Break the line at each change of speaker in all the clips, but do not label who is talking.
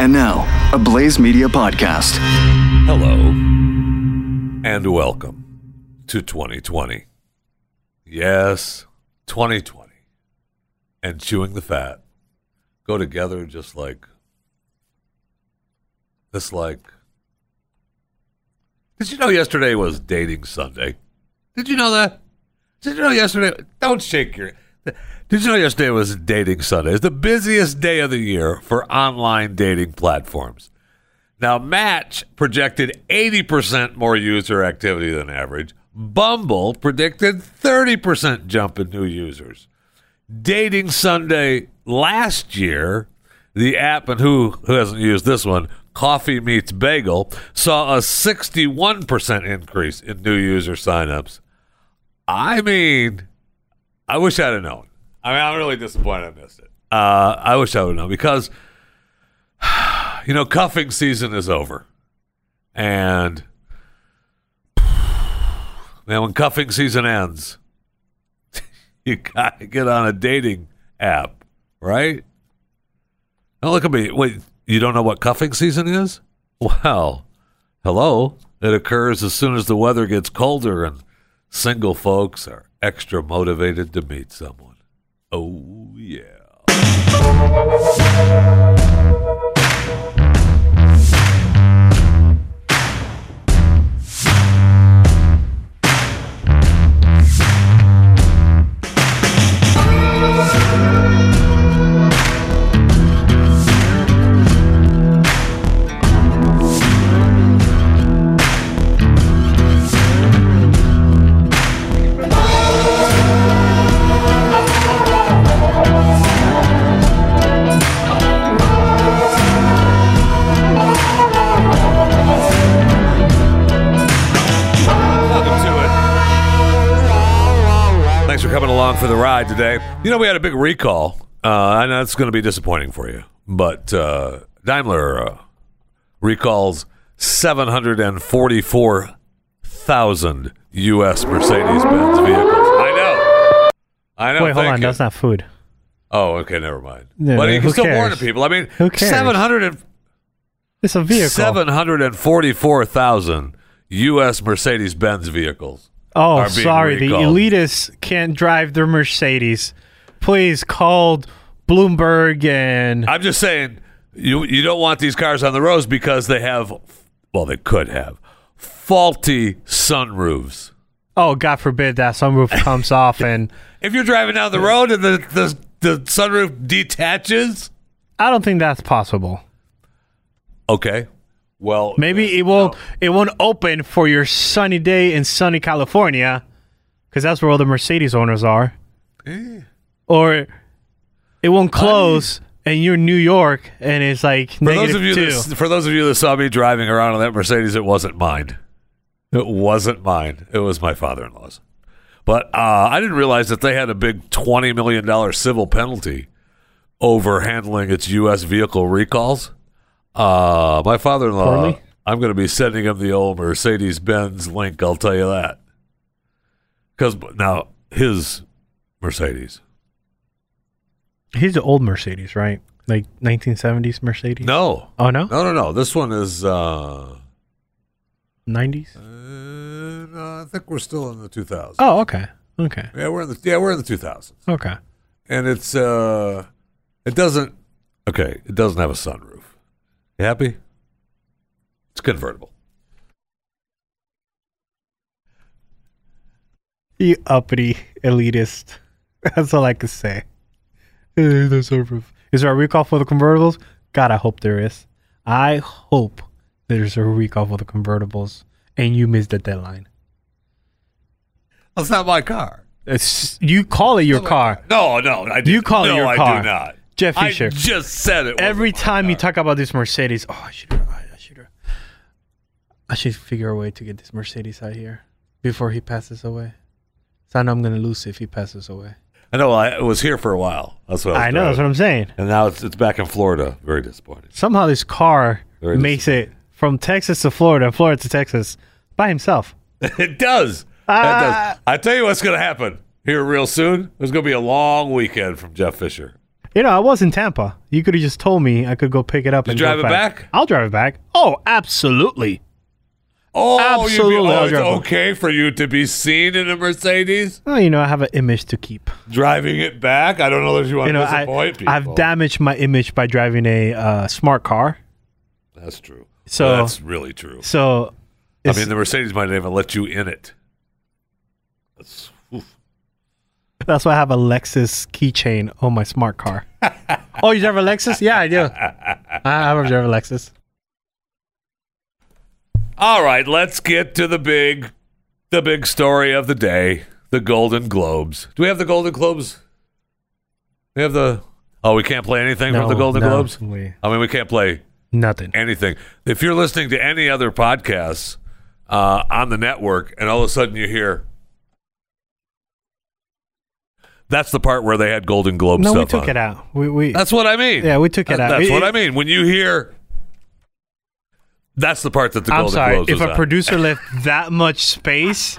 And now, a Blaze Media podcast.
Hello and welcome to 2020. Yes, 2020 and chewing the fat go together just like this like Did you know yesterday was dating Sunday? Did you know that? Did you know yesterday don't shake your Did you know yesterday was dating Sunday? It's the busiest day of the year for online dating platforms. Now, Match projected 80% more user activity than average. Bumble predicted 30% jump in new users. Dating Sunday last year, the app, and who, who hasn't used this one, Coffee Meets Bagel, saw a 61% increase in new user signups. I mean, I wish I'd have known. I mean, I'm really disappointed I missed it. Uh, I wish I would have known because you know, cuffing season is over. And man, when cuffing season ends, you gotta get on a dating app, right? Now look at me. Wait, you don't know what cuffing season is? Well, hello. It occurs as soon as the weather gets colder and single folks are extra motivated to meet someone. Oh yeah. Welcome to it. Thanks for coming along for the ride today. You know, we had a big recall. Uh, I know it's going to be disappointing for you, but uh, Daimler uh, recalls 744,000 U.S. Mercedes Benz vehicles. I know. I know.
Wait, hold
thank
on.
you.
That's not food.
Oh, okay. Never mind.
No,
but
no,
you can
who
still warn the
cares?
people. I mean,
Who cares?
700 and
It's a vehicle.
744,000 U.S. Mercedes Benz vehicles.
oh,
are being
sorry.
recalled.
The elitists can't drive their Mercedes. Please called Bloomberg and
I'm just saying you you don't want these cars on the roads because they have well they could have faulty sunroofs.
oh, God forbid that sunroof comes off and
If you're driving down the road and the the, the sunroof detaches,
I don't think that's possible.
okay. Well, uh,
Maybe it won't it won't open for your sunny day in sunny California cuz that's where all the Mercedes owners are.
eh.
Or it won't close and you're in New York and it's like
for those
negative
of you
two.
that, for those of you that saw me driving around on that Mercedes, it wasn't mine. It wasn't mine. It was my father-in-law's. But uh, I didn't realize that they had a big twenty million dollar civil penalty over handling its U.S. vehicle recalls. Uh, my father-in-law.
Poorly?
I'm going to be sending him the old Mercedes-Benz link. I'll tell you that. Because now his Mercedes.
He's the old Mercedes, right? Like 1970s Mercedes?
No,
Oh, no?
no, no, no. This one is. Uh,
90s?
uh, no, Uh, I think we're still in the 2000s.
Oh, okay. Okay.
Yeah, we're in the yeah we're in the two thousands,
Okay.
and it's uh, it doesn't okay, it doesn't have a sunroof. You happy? It's convertible.
You uppity elitist. That's all I can say. Eh, There's no roof. Is there a recall for the convertibles? God, I hope there is. I hope there's a recall for the convertibles and you missed the deadline.
That's not my car.
It's, you call it your car.
No, no, I do.
You call it
no,
your
I
car.
do not.
Jeff
uh, I
Fisher.
just said it.
Every
wasn't my
time you
car.
talk about this Mercedes, oh, I should, I should, I should figure a way to get this Mercedes out here before he passes away. So I know I'm gonna lose if he passes away.
I know. I was here for a while. That's what I, was
I know that's
driving.
what I'm saying.
And now it's it's back in Florida. Very disappointing.
somehow this car
Very
makes it from Texas to Florida, and Florida to Texas by himself.
It does.
Ah.
That does. I tell you what's going to happen here real soon. There's going to be a long weekend from Jeff Fisher.
You know, I was in Tampa. You could have just told me I could go pick it up and
you drive
go
it back?
I'll drive it back. Oh, absolutely.
Oh, you'd be-
Absolutely,
oh,
I'll
it's
drive one.
okay for you to be seen in a Mercedes
Well, Oh, you know, I have an image to keep.
driving it back. I don't know if you want
You know,
to
I,
disappoint people.
I've damaged my image by driving a uh, smart car.
That's true.
So-
that's really true.
So,
I
it's-
mean, the Mercedes might not even let you in it. That's, oof.
that's why I have a Lexus keychain on my smart car. oh, you drive a Lexus? Yeah, I do. I, I drive a Lexus.
All right, let's get to the big, the big story of the day: the Golden Globes. Do we have the Golden Globes? We have the. Oh, we can't play anything from the
No,
Golden
no,
Globes.
we-
I mean, we can't play
nothing.
anything. If you're listening to any other podcasts uh, on the network, and all of a sudden you hear, that's the part where they had Golden Globe
No,
stuff.
we took
on.
it out. We, we
That's what I mean.
Yeah, we took it
That-
out.
That's
It-
what
it-
I mean. When you hear, that's the part that the
I'm
Golden
sorry.
Globes
If
was
a
on.
producer left that much space,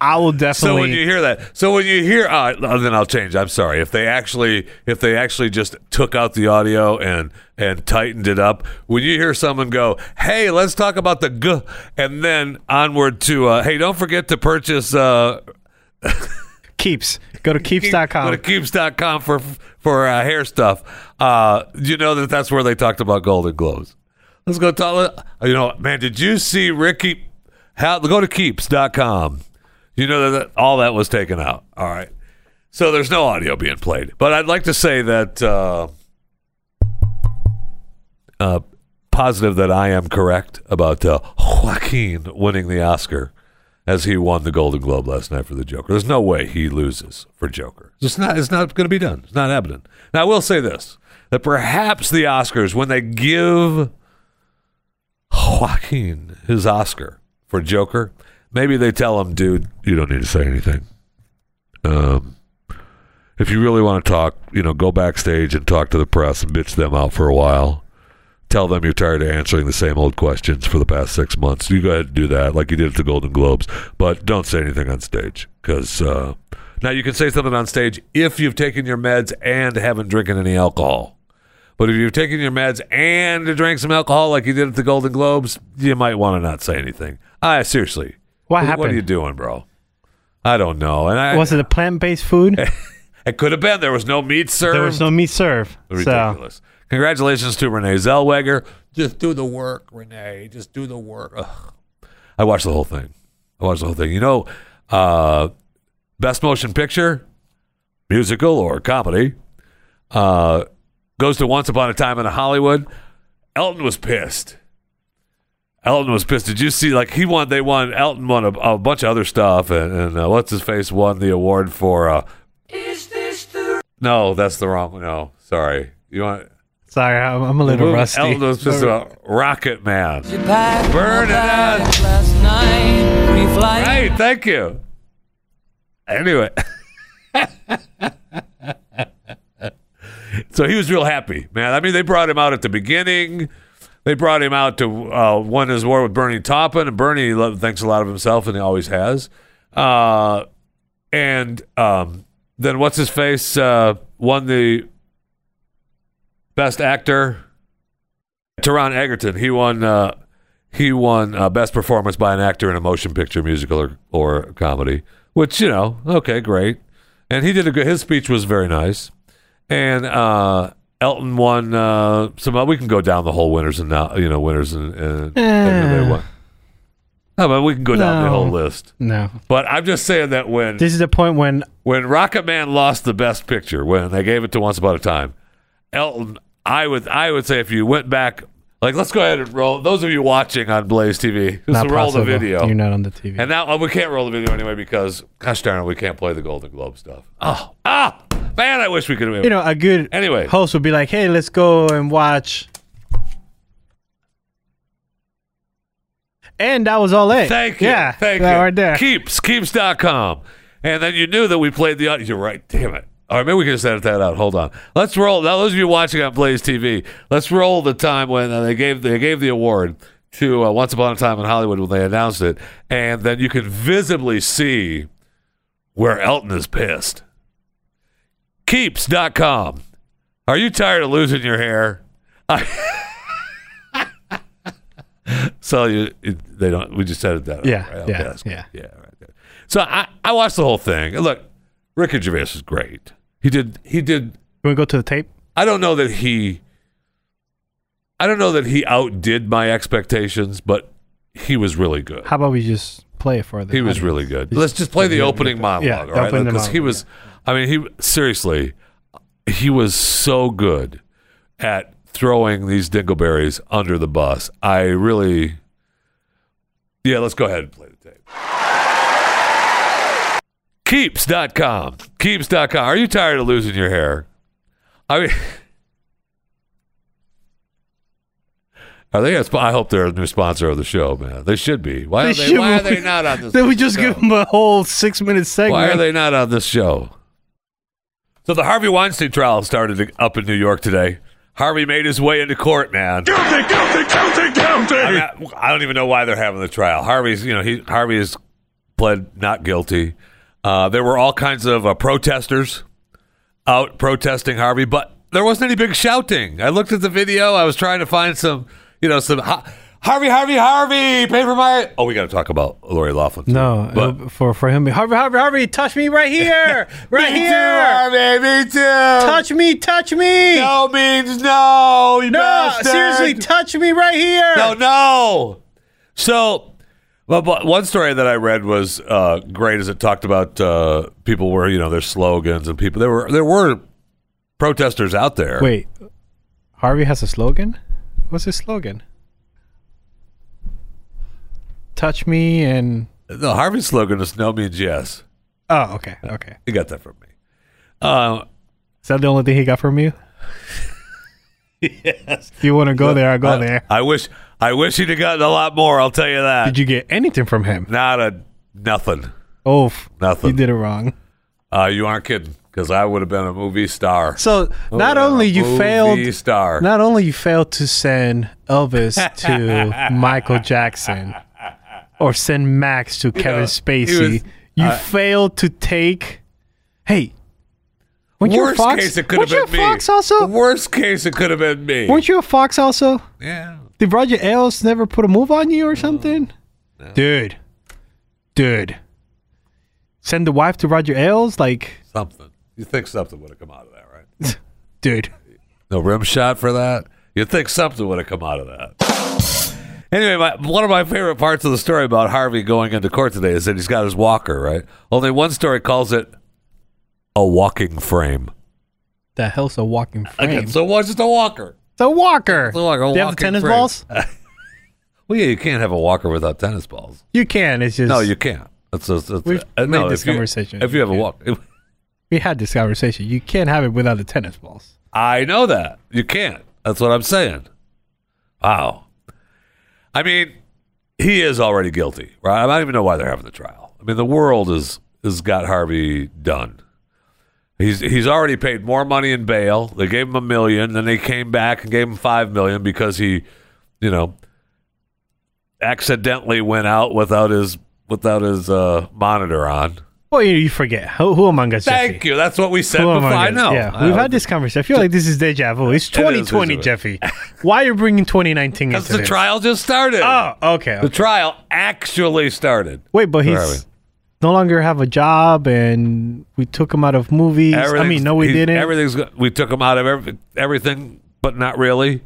I
So
will
when
definitely.
you hear that, so when you hear, uh, then I'll change. I'm sorry. If they actually, if they actually just took out the audio and and tightened it up, when you hear someone go, "Hey, let's talk about the g," and then onward to, uh, "Hey, don't forget to purchase." Uh,
keeps. Go
Go to
to keeps.com.
keeps.com for for uh, hair stuff. Uh, you know that that's where they talked about Golden Globes. Let's go talk. You know, man, did you see Ricky? How go to keeps.com. You know that, that all that was taken out. All right, so there's no audio being played. But I'd like to say that uh, uh, positive that I am correct about uh, Joaquin winning the Oscar as he won the Golden Globe last night for the Joker. There's no way he loses for Joker. It's not. It's not going to be done. It's not happening. Now I will say this: that perhaps the Oscars, when they give Joaquin his Oscar for Joker, maybe they tell him, "Dude, you don't need to say anything. Um, if you really want to talk, you know, go backstage and talk to the press and bitch them out for a while." tell them you're tired of answering the same old questions for the past six months. You go ahead and do that, like you did at the Golden Globes, but don't say anything on stage because uh, now you can say something on stage if you've taken your meds and haven't drinking any alcohol. But if you've taken your meds and drank some alcohol, like you did at the Golden Globes, you might want to not say anything. I seriously,
What
What are
happened?
you doing, bro? I don't know. And I,
Was it a plant based food?
it could have been there was no meat served.
there was no meat served. So
Ridiculous. Congratulations to Renee Zellweger. Just do the work, Renee. Just do the work. Ugh. I watched the whole thing. I watched the whole thing. You know, uh, best motion picture, musical or comedy, uh, goes to Once Upon a Time in Hollywood. Elton was pissed. Elton was pissed. Did you see? Like he won. They won. Elton won a, a bunch of other stuff, and, and uh, what's his face won the award for. Uh, Is this the? No, that's the wrong. No, sorry. You want?
sorry, I'm, I'm a little
Elton
rusty.
was pissed about Rocket Man.
Packed
Burn it
my
up.
bags Last night, free flight.
Hey, thank you. Anyway. so he was real happy, man. I mean, they brought him out at the beginning. They brought him out to uh, won his war with Bernie Taupin, and Bernie lo- thinks a lot of himself, and he always has. Uh, and um, then what's his face uh, won the best actor. Teron Egerton, he won. Uh, he won uh, best performance by an actor in a motion picture, musical, or, or comedy. Which you know, okay, great. And he did a good. His speech was very nice. And uh, Elton won uh, some. We can go down the whole winners and now you know winners and, and, and who they won. No, but we can go down the
No.
whole list.
no.
But I'm just saying that when
This is the point when
when Rocket Man lost the best picture, when they gave it to Once Upon a Time, Elton, I would I would say if you went back, like let's go ahead and roll. Those of you watching on Blaze TV, just
not
roll
possible.
the video.
You're not on the TV.
and now oh, we can't roll the video anyway because gosh darn it, we can't play the Golden Globe stuff. Oh ah man, I wish we could. have
you know, a good
Anyway.
host would be like, "Hey, let's go and watch." And that was all it.
Thank you.
Yeah,
Thank
that
you.
Right there.
Keeps, keeps.com. And then you knew that we played the audio. You're right. Damn it. All right, maybe we can just edit that out. Hold on. Let's roll. Now, those of you watching on Blaze TV, let's roll the time when uh, they gave they gave the award to uh, Once Upon a Time in Hollywood when they announced it, and then you can visibly see where Elton is pissed. Keeps.com. Are you tired of losing your hair? I- so you, it, they don't. We just edited that. out,
Yeah,
right?
yeah,
that's good.
yeah.
yeah. Right there. So I, I watched the whole thing. And Look, Ricky Gervais is great. He did. He did.
Can we go to the tape?
I don't know that he. I don't know that he outdid my expectations, but he was really good.
How about we just play it for the
He was
audience?
really good. Let's just play the opening monologue,
Yeah,
all right?
open the
Because he
monologue,
was, I mean, he seriously, he was so good at throwing these dingleberries under the bus. I really, yeah. Let's go ahead and play the tape. Keeps.com. Keeps.com. Are you tired of losing your hair? I mean, are they? A sp- I hope they're a new sponsor of the show, man. They should be. Why, are,
They
they,
should
why are
be.
they not on this?
Then we just
show?
give him a whole six minute segment.
Why are they not on this show? So the Harvey Weinstein trial started up in New York today. Harvey made his way into court, man.
Guilty, guilty, guilty, guilty!
I, mean, I- I don't even know why they're having the trial. Harvey's, you know, he Harvey has pled not guilty. Uh, there were all kinds of uh, protesters out protesting Harvey, but there wasn't any big shouting. I looked at the video. I was trying to find some, you know, some ha- Harvey, Harvey, Harvey, pay for my. Oh, we got to talk about Lori Laughlin. too.
No, uh,
but
it'll- for for him, Harvey, Harvey, Harvey, touch me right here, right
me too,
here.
Harvey, me too.
Touch me, touch me.
No means no. You
No,
bastard.
seriously, touch me right here.
no, no. So, well, but one story that I read was uh, great, as it talked about uh, people were, you know, their slogans and people. There were there were protesters out there.
Wait, Harvey has a slogan. What's his slogan? Touch me and
the Harvey slogan is "No means yes."
oh, okay, okay.
You got that from me. Uh,
Is that the only thing he got from you? yes. If you want to go there, I
uh,
go there.
I wish I wish he'd have gotten a lot more. I'll tell you that.
Did you get anything from him?
Not a nothing.
Oh, f-
uh, Nothing.
You did it wrong.
Uh, you aren't kidding, because I would have been a movie star.
So not
Oh,
only you
movie
failed,
star.
not only you failed to send Elvis to Michael Jackson or send Max to Kevin
know, he
Spacey,
was- uh,
you failed to take. Hey, weren't you a
Worst
fox?
case, it could have
weren't
been
you a
me.
fox also?
Worst case, it could have been me.
weren't you a fox also?
yeah.
Did Roger Ailes never put a move on you or something? Dude, dude, send the wife to Roger Ailes, like,
Something. You think something would have come out of that, right?
dude.
No rim shot for that. You'd think something would have come out of that. Anyway, my, one of my favorite parts of the story about Harvey going into court today is that he's got his walker, right? Only one story calls it a walking frame.
The hell's a walking frame?
Again, so what's just a walker?
It's a walker.
It's like a
Do you have
walking
the tennis
frame.
balls?
Well, yeah, you can't have a walker without tennis balls.
You can. It's just
No, you can't. That's a, that's a-
We've
uh, no,
made this
if you-
conversation.
If you have a walk,
we had this conversation. You can't have it without the tennis balls.
I know that. You can't. That's what I'm saying. Wow. I mean, he is already guilty, right? I don't even know why they're having the trial. I mean, the world is has got Harvey done. He's he's already paid more money in bail. They gave him a million, then they came back and gave him five million because he, you know, accidentally went out without his without his uh, monitor on.
Well, you, you forget who, who among us.
Thank
Jeffy?
you. That's what we said
Who
before.
among
I
us?
know. Uh,
Yeah,
I
we've
know.
had this conversation. I feel like this is deja vu. It's
is
2020,
deja
Jeffy. Why are you bringing 2019
Because
into
the
this?
trial just started.
Oh, okay.
The
okay.
trial actually started.
Wait, but
Where are
he's no longer have a job, and we took him out of movies. I mean, no, we
he-
didn't.
Everything's go- we took him out of every, everything, but not really.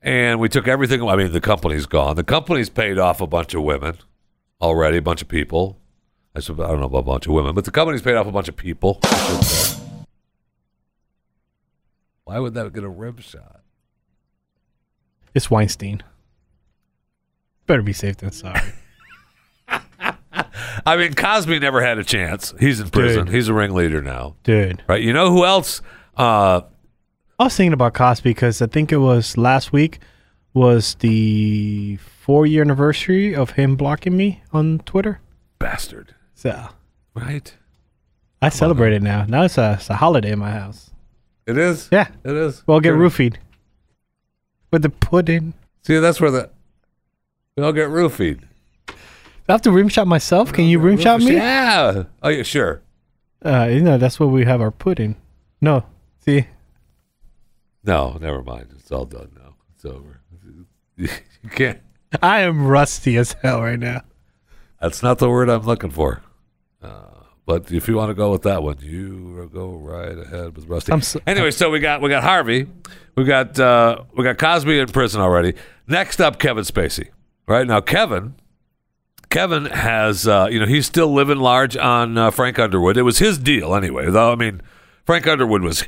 And we took everything. I mean, the company's gone. The company's paid off a bunch of women already, a bunch of people. I, sup- I don't know about a bunch of women, but the company's paid off a bunch of people. I should say. Why would that get a rib shot?
It's Weinstein. Better be safe than sorry.
I mean, Cosby never had a chance. He's in prison.
Dude.
He's a ringleader now,
Dude.
right? You know who else? Uh,
I was thinking about Cosby because I think it was last week was the four year anniversary of him blocking me on Twitter.
bastard,
So
right?
I celebrate it now. Now it's a, it's a holiday in my house.
It is.
Yeah.
It is.
We'll get
Sure.
roofied with the pudding.
See, that's where the we all get roofied.
Do I have to rim shot myself? Can you rim shot me?
Yeah. Oh yeah, sure.
Uh, you know, that's where we have our pudding. No. See?
No, never mind. It's all done now. It's over. You can't.
I am rusty as hell right now.
That's not the word I'm looking for. Uh, but if you want to go with that one, you go right ahead with Rusty.
I'm so-
anyway, so we got we got Harvey, we got uh, we got Cosby in prison already. Next up, Kevin Spacey. Right now, Kevin, Kevin has uh, you know he's still living large on uh, Frank Underwood. It was his deal anyway. Though I mean, Frank Underwood was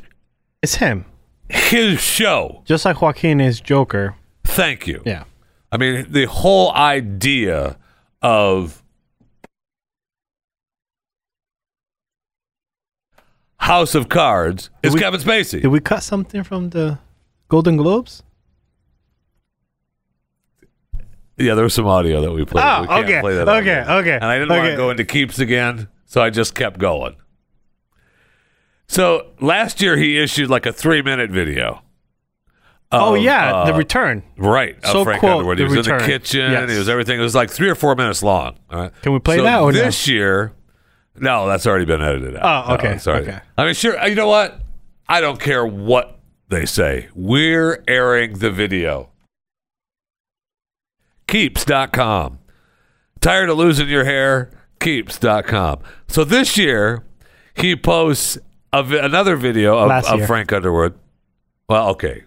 It's him.
his show.
Just like Joaquin is Joker.
Thank you.
Yeah.
I mean, the whole idea of House of Cards is
we-
Kevin Spacey.
Did we cut something from the Golden Globes?
yeah, there was some audio that we played.
Oh,
we can't
okay,
play that
okay,
audio.
okay,
And I didn't want to
okay.
go into keeps again, so I just kept going. So last year he issued like a three-minute video.
oh
of,
yeah,
uh,
the return.
Right. of
So
Frank
quote,
Underwood. He
The
was in the
Return.
kitchen.
Yes.
He was everything. It was like three or four minutes long. All right.
Can we play
So
that or no?
this year? No, that's already been edited out.
Oh,
No,
okay,
sorry.
okay.
I mean, sure. You know what? I don't care what they say. We're airing the video. Keeps.com. Tired of losing your hair? Keeps.com. So this year, he posts a vi- another video of,
Last
of
year.
Frank Underwood. Well, okay.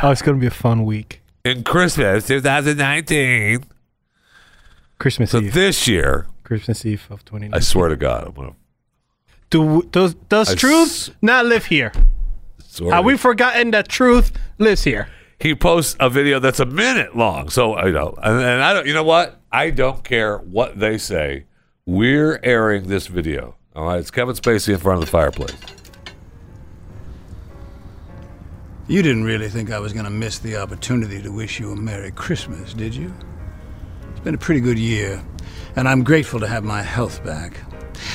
Oh, it's gonna be a fun week.
in Christmas 2019.
Christmas
So
Eve.
this year,
Christmas Eve of twenty
I
nine.
swear to God, I'm gonna.
Do does does
I
truth
s-
not live here?
swear
Have
to-
we forgotten that truth lives here?
he posts a video that's a minute long. So you know, and, and I don't. You know what? I don't care what they say. We're airing this video. All right, it's Kevin Spacey in front of the fireplace.
You didn't really think I was going to miss the opportunity to wish you a Merry Christmas, did you? It's been a pretty good year, and I'm grateful to have my health back.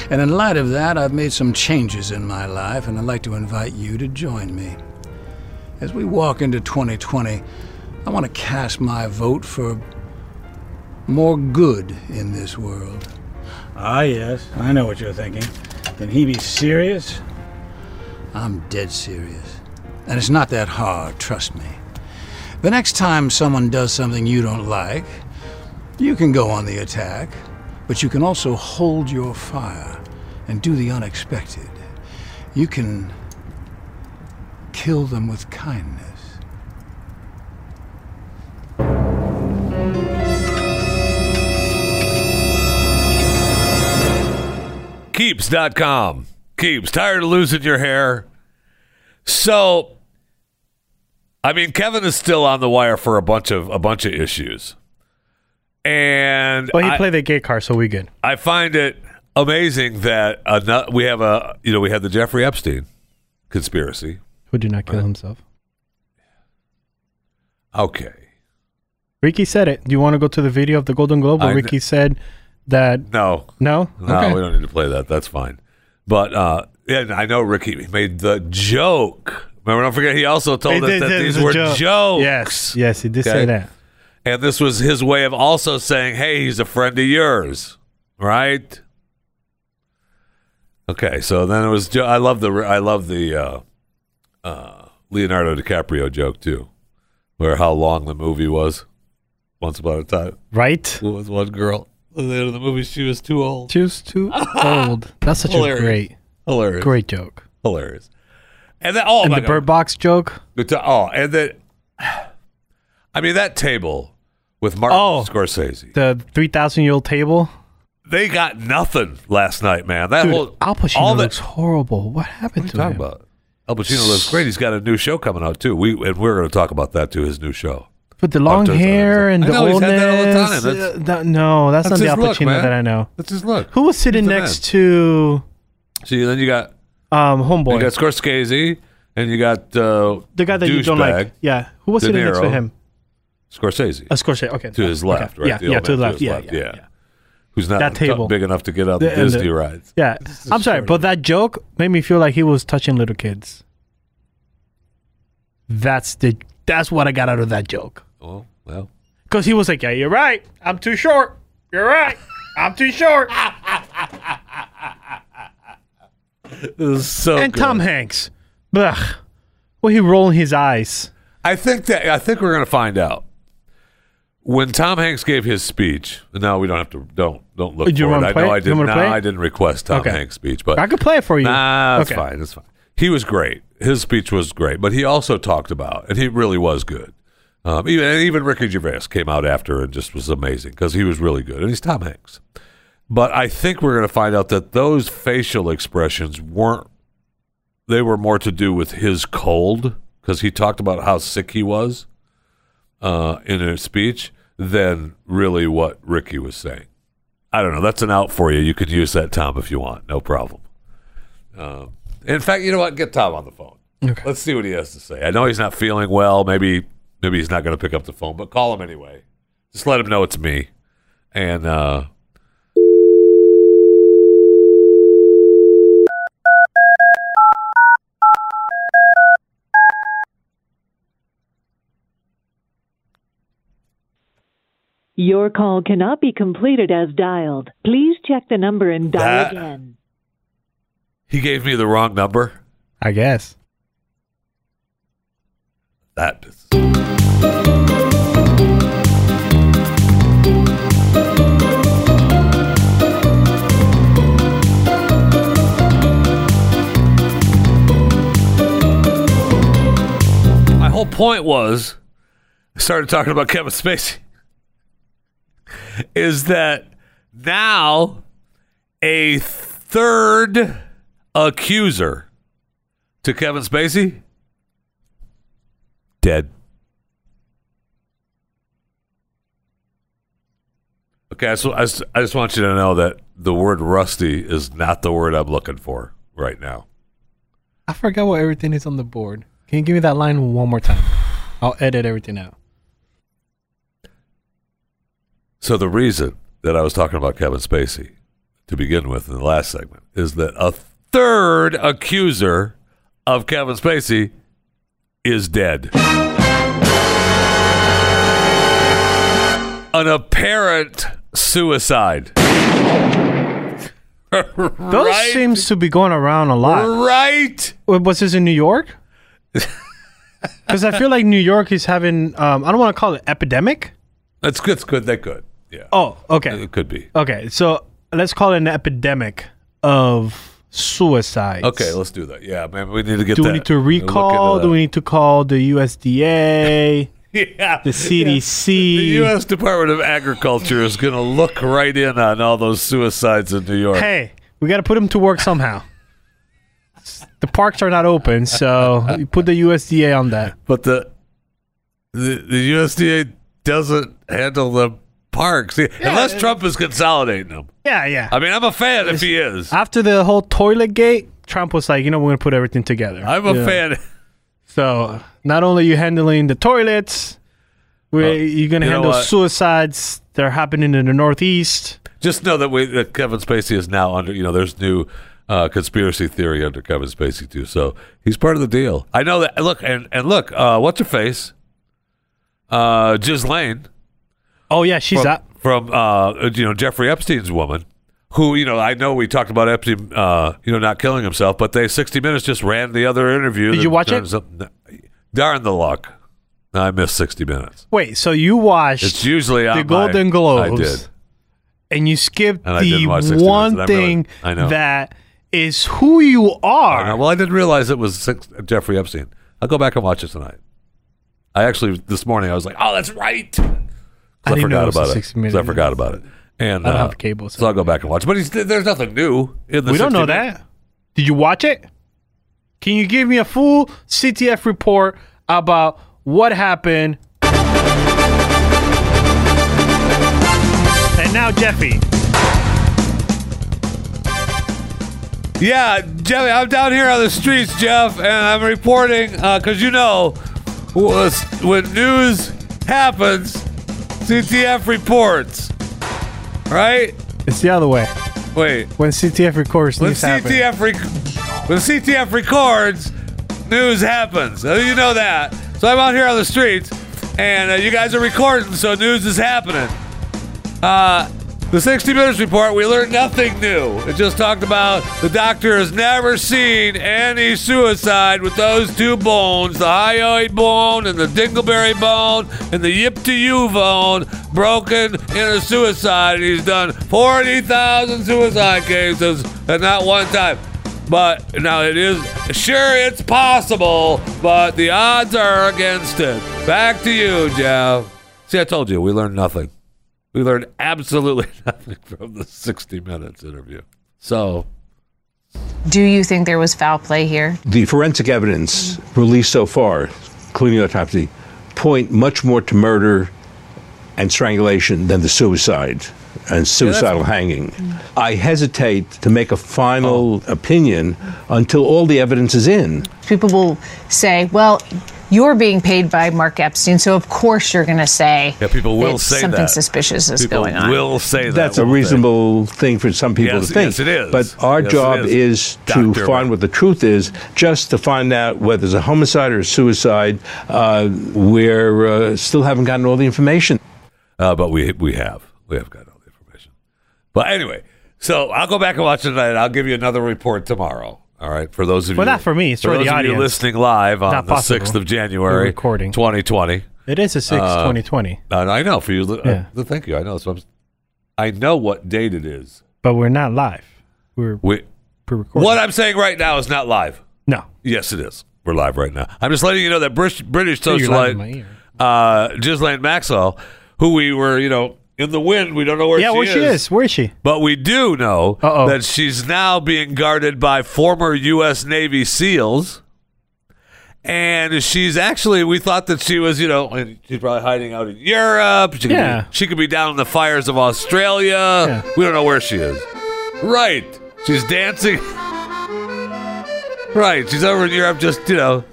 And in light of that, I've made some changes in my life, and I'd like to invite you to join me. As we walk into 2020, I want to cast my vote for more good in this world.
Ah, yes, I know what you're thinking. Can he be serious?
I'm dead serious. And it's not that hard, trust me. The next time someone does something you don't like, you can go on the attack, but you can also hold your fire and do the unexpected. You can kill them with kindness.
Keeps.com. Keeps. Tired of losing your hair. So, I mean, Kevin is still on the wire for a bunch of a bunch of issues, and
Well, he
I-
played the gay card, so we good.
I find it amazing that ano- we have a you know we had the Jeffrey Epstein conspiracy.
Who did not kill himself?
Okay,
Ricky said it. Do you want to go to the video of the Golden Globe where
I-
Ricky said that?
no,
No.
no,
Okay.
we don't need to play that. That's fine. But uh, and I know Ricky made the joke. Remember, don't forget he also told us
It- it-
that
it
these
was a
were
joke.
jokes.
Yes. Yes, he did
Okay.
say that.
and this was his way of also saying, "Hey, he's a friend of yours," right? Okay, so then it was. jo- I love the I love the uh, uh, Leonardo DiCaprio joke too, where how long the movie was. Once upon a time,
Right.
there was one girl at the end of the movie. She was too old.
She was too old. That's such
Hilarious.
a great,
Hilarious,
great joke.
hilarious. And then, oh
and
my
the
God.
Bird Box joke.
The ta- oh, and then, I mean that table with Martin
Oh.
Scorsese.
The three thousand year old table.
They got nothing last night, man. That
Dude,
whole
Al Pacino
all that-
looks horrible. What happened
What
to
are you
him?
talking about? Al Pacino looks great. He's got a new show coming out too. We and we're going to talk about that too. His new show.
With the long
Doctors,
hair
I
and the
know, he's
oldness.
had that all the time.
uh,
That's-
that- no, that's,
That's
not the
his
Al
look,
Pacino
man.
that I know.
That's his look.
Who was sitting
He's the
next to
See, then you got
um homeboy?
you got Scorsese and you got uh,
the guy that you don't
douchebag
like. Yeah. Who was
De
sitting next to
Niro.
him?
Scorsese
A Scorsese. Okay.
to his
okay.
left, right?
Yeah.
The
Yeah.
old
To the
man
left. Yeah. Yeah. yeah.
Who's not
That table.
big enough to get on the,
The- and
Disney
the-
rides?
Yeah, I'm sorry, but that joke made me feel like he was touching little kids. That's the that's what I got out of that joke.
Oh well,
Cause he was like, "Yeah, you're right. I'm too short. You're right. I'm too short."
this is so
and Tom Hanks, Ugh. Well, he rolling his eyes.
I think that I think we're gonna find out when Tom Hanks gave his speech. No, we don't have to. Don't don't look.
Do you
for
wanna
it.
play
I
it?
know I
Do you
didn't.
wanna
no,
play it?
I didn't request Tom
Okay.
Hanks' speech, but
I could play it for you.
Nah, it's
Okay.
fine. It's fine. He was great. His speech was great, but he also talked about, and he really was good. Um, even and even Ricky Gervais came out after and just was amazing because he was really good, and he's Tom Hanks. But I think we're going to find out that those facial expressions weren't; they were more to do with his cold because he talked about how sick he was uh, in his speech than really what Ricky was saying. I don't know. That's an out for you. You can use that, Tom, if you want. No problem. Um, in fact, you know what? Get Tom on the phone. Let's see what he has to say. I know he's not feeling well. Maybe maybe he's not going to pick up the phone, but call him anyway. Just let him know it's me. And uh,
Your call cannot be completed as dialed. Please check the number and dial
That-
again.
he gave me the wrong number.
I guess.
That is. My whole point was I started talking about Kevin Spacey. Is that now a third accuser to Kevin Spacey? dead. Okay, I just, I, just, I just want you to know that the word rusty is not the word I'm looking for right now.
I forgot what everything is on the board. Can you give me that line one more time? I'll edit everything out.
So, the reason that I was talking about Kevin Spacey to begin with in the last segment is that a third accuser of Kevin Spacey is dead. An apparent suicide.
Those
Right?
seems to be going around a lot.
Right.
Wait, Was this in New York? Because I feel like New York is having, um, I don't want to call it epidemic.
That's good. That's good. That could. Yeah.
Oh, okay.
It could be.
Okay, so let's call it an epidemic of suicides.
Okay, let's do that. Yeah, man, we need to get
Do
that.
we need to
Look into
recall? Do
that.
we need to call the USDA,
Yeah.
the
The
CDC?
U.S. Department of Agriculture is going to look right in on all those suicides in New York.
hey, we got to put them to work somehow. the parks are not open, so you put the USDA on that.
But the, the the USDA doesn't handle the parks unless Trump is consolidating them.
Yeah, yeah.
I mean, I'm a fan if he is.
After the whole toilet gate, Trump was like, you know, we're going to put everything together.
I'm a
Yeah.
fan.
So not only are you handling the toilets, we you're going to
Uh, you know
handle
what?
suicides that are happening in the Northeast.
Just know that we that Kevin Spacey is now under. You know, there's new uh, conspiracy theory under Kevin Spacey too. So he's part of the deal. I know that. Look and and look. Uh, what's her face? Uh, Ghislaine
Oh, yeah, she's
from,
up.
from uh, you know Jeffrey Epstein's woman, who you know I know we talked about Epstein, uh, you know not killing himself, but they 60 Minutes just ran the other interview.
Did
that
you watch it?
turns up- darn the luck! I missed 60 Minutes.
Wait, so you watched
It's usually on
the
my-
Golden Globes.
I did.
and you skipped
And I
the
didn't watch 60 Minutes,
one
and I'm really-
thing
I know.
that is who you
I know.
are.
Well, I didn't realize it was six, Jeffrey Epstein. I'll go back and watch it tonight. I actually this morning I was like, oh, that's right. 'Cause I,
didn't know
forgot
it was
about
a
it.
60
'Cause I
minute.
forgot about it. And
I don't
uh,
have cable,
so,
so-
I'll go back and watch. But he's, there's nothing new in the.
We don't
60
know
minute-
that. Did you watch it? Can you give me a full CTF report about what happened? And now Jeffy.
Yeah, Jeff, I'm down here on the streets, Jeff, and I'm reporting because you know wh- when news happens, CTF reports. Right?
It's the other way.
Wait.
When CTF records
When
news happen.
CTF rec- when CTF records, news happens. Uh, You know that. So I'm out here on the streets, and uh, you guys are recording, so news is happening. Uh, The 60 Minutes report, we learned nothing new. It just talked about the doctor has never seen any suicide with those two bones the hyoid bone and the dingleberry bone and the yip to you bone broken in a suicide. And he's done 40,000 suicide cases and not one time. But now it is sure it's possible, but the odds are against it. Back to you, Jeff. See, I told you we learned nothing. We learned absolutely nothing from the 60 Minutes interview. So
Do you think there was foul play here?
The forensic evidence released so far, including autopsy, point much more to murder and strangulation than the suicide and suicidal hanging.
Mm.
I hesitate to make a final
Oh.
opinion until all the evidence is in.
People will say, well, you're being paid by Mark Epstein, so of course you're going to say
yeah, people will
that
say
something
that.
suspicious is
people
going on.
Will say that.
That's a
won't they?
reasonable thing for some people
Yes,
to think.
yes, it is.
But our
Yes, it
job
is.
is, to
Doctor.
find what the truth is, just to find out whether it's a homicide or a suicide. Uh, we're uh, still haven't gotten all the information.
Uh, but we we have we have got all the information. But anyway, so I'll go back and watch it tonight. and I'll give you another report tomorrow. All right, for those of
Well,
you,
not for me, it's
for
for
those
the
of you
audience.
listening live on
Not
the
possible.
sixth of January,
We're recording.
twenty twenty.
It is a 6
Uh,
2020,
And I know for you. uh,
Yeah.
th- thank you. I know. So I'm, I know what date it is.
but we're not live. We're
We,
pre recorded.
what I'm saying right now is not live.
No.
Yes, it is. We're live right now. I'm just letting you know that British, British
You're live in my
socialite
ear.
uh, Ghislaine Maxwell, who we were, you know, in the wind. We don't know where
yeah,
she
where
is.
she is? Where is she?
But we do know
Uh-oh.
that she's now being guarded by former U.S. Navy SEALs. And she's actually, we thought that she was, you know, and she's probably hiding out in Europe. She could,
Yeah.
be, she could be down in the fires of Australia. We don't know where she is. Right. She's dancing. Right. She's over in Europe just, you know,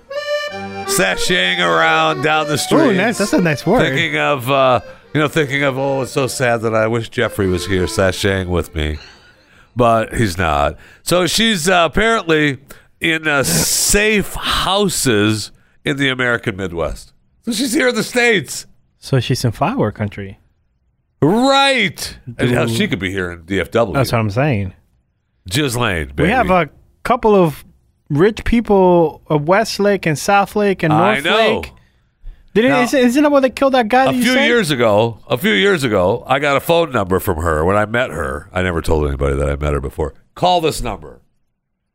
sashaying around down the street.
Oh, nice. That's a nice word.
Thinking of, uh, you know, thinking of, oh, it's so sad that I wish Jeffrey was here sashaying with me, but he's not. So she's uh, apparently in uh, safe houses in the American Midwest. So she's here in the States.
So she's in flower country.
Right. And how she could be here in DFW.
That's what I'm saying.
Ghislaine, baby.
We have uh, a couple of rich people of Westlake and Southlake and
I
Northlake.
know.
Did
Now-
it, isn't, isn't that where they killed that guy?
a
that you
few
said?
years ago, a few years ago, I got a phone number from her when I met her. I never told anybody that I met her before. Call this number.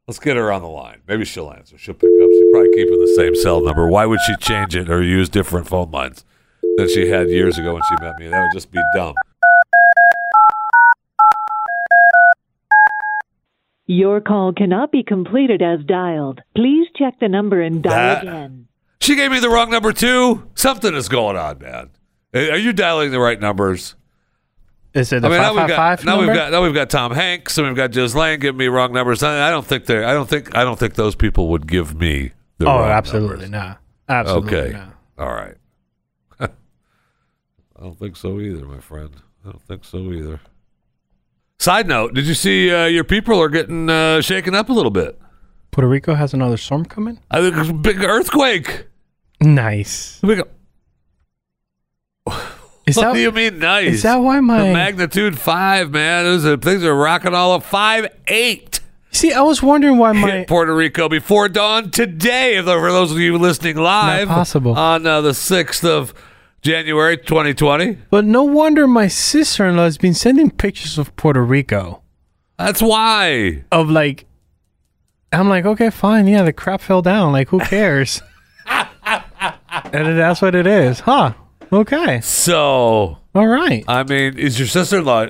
Let's get her on the line. Maybe she'll answer. She'll pick up. She's probably keeping the same cell number. Why would she change it or use different phone lines than she had years ago when she met me? That would just be dumb.
Your call cannot be completed as dialed. Please check the number and dial
That-
again.
She gave me the wrong number too. Something is going on, man. Are you dialing the right numbers?
Is it the
now
five
we've
five
got
five
now
number?
we've got now we've got Tom Hanks and we've got Ghislaine giving me wrong numbers. I I don't think they. I don't think. I don't think those people would give me the.
oh,
wrong
absolutely
numbers.
not. Absolutely
okay.
not.
All right. I don't think so either, my friend. I don't think so either. Side note: Did you see uh, your people are getting uh, shaken up a little bit?
Puerto Rico has another storm coming.
I think it's a big earthquake.
Nice.
A big-
Is
what
that
do you mean nice?
is that why my
The magnitude five, man. Those are, things are rocking all up. Five eight.
see? I was wondering why my
hit Puerto Rico before dawn today. if- For those of you listening live,
possible.
on uh, the sixth of January, 2020.
but no wonder my sister in law has been sending pictures of Puerto Rico
That's why.
of like. I'm like, okay, fine, yeah, the crap fell down. Like, who cares? and that's what it is, huh? Okay,
So
all right.
I mean, is your sister-in-law?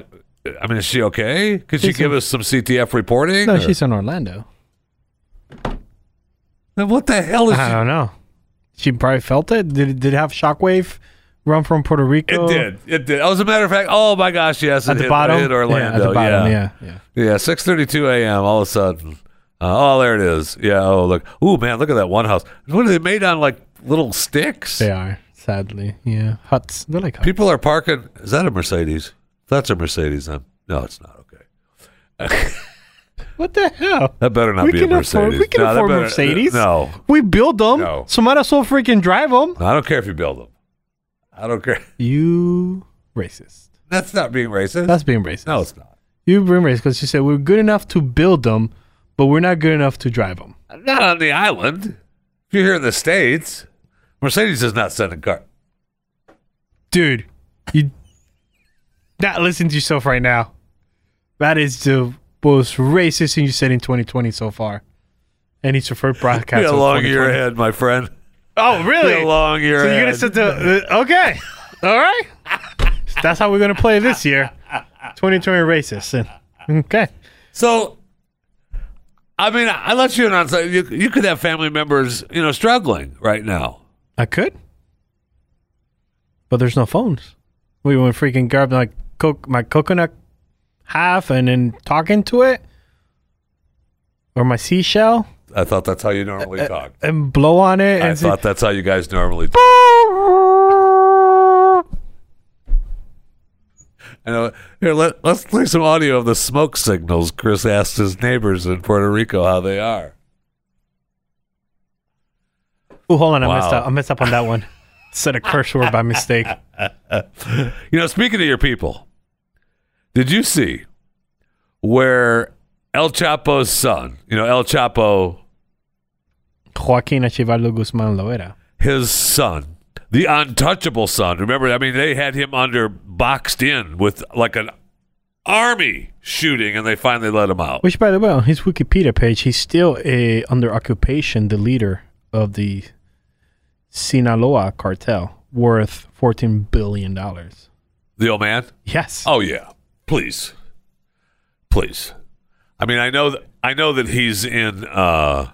I mean, is she okay? Could she
She's
give
in-
us some CTF reporting?
No,
or-
she's in Orlando.
Then what the hell is
I
she?
don't know. She probably felt it. Did did it have shockwave run from Puerto Rico?
It did. It did. As a matter of fact, oh my gosh, yes, it
at the
hit,
bottom.
it hit Orlando.
yeah, at the bottom. Yeah, yeah.
Yeah, six thirty-two a.m. All of a sudden, uh, oh, there it is. Yeah. Oh, look. Ooh, man, look at that one house. What are they made on? Like little sticks?
They are sadly. Yeah, huts. They're like huts.
People are parking. Is that a Mercedes? That's a Mercedes. Then no, it's not. Okay,
What the hell?
that better not
we
be
can
a
afford.
Mercedes.
We can
No, that
afford
better-
Mercedes.
No,
we build them.
No.
So might as well freaking drive them.
I don't care if you build them. I don't care.
You racist.
That's not being racist.
That's being racist.
No, it's not.
You bring race because you said we're good enough to build them, but we're not good enough to drive them.
Not on the island. If you're here in the States, Mercedes is not sending car.
Dude, you not listen to yourself right now. That is the most racist thing you said in 2020 so far. And it's your first broadcast.
Be a
of
long year
2020.
ahead, my friend.
Oh, really?
Be a long year
So you're gonna
ahead.
sit the uh, okay, all right. That's how we're gonna play this year. 2020 racist. then. Okay.
So, I mean, I I let you in on something. You, you could have family members, you know, struggling right now.
I could. But there's no phones. We went freaking grab like co- my coconut half and then talking to it or my seashell
I thought that's how you normally
Uh,
talk.
and blow on it
I
and see-
thought that's how you guys normally talk. I know. Here, let, let's play some audio of the smoke signals Chris asked his neighbors in Puerto Rico how they are.
Ooh, hold on, I messed
Wow.
up. I messed up on that one. Said a curse word by mistake.
You know, speaking of your people, did you see where El Chapo's son, you know, El Chapo,
Joaquin Achivalo Guzman Loera.
his son, the untouchable son, remember, I mean, they had him under boxed in with like an army shooting and they finally let him out.
Which, by the way, on his Wikipedia page, he's still a, under occupation, the leader of the Sinaloa cartel, worth $14 billion.
The old man?
Yes.
Oh yeah, please, please. I mean, I know that I know that he's in uh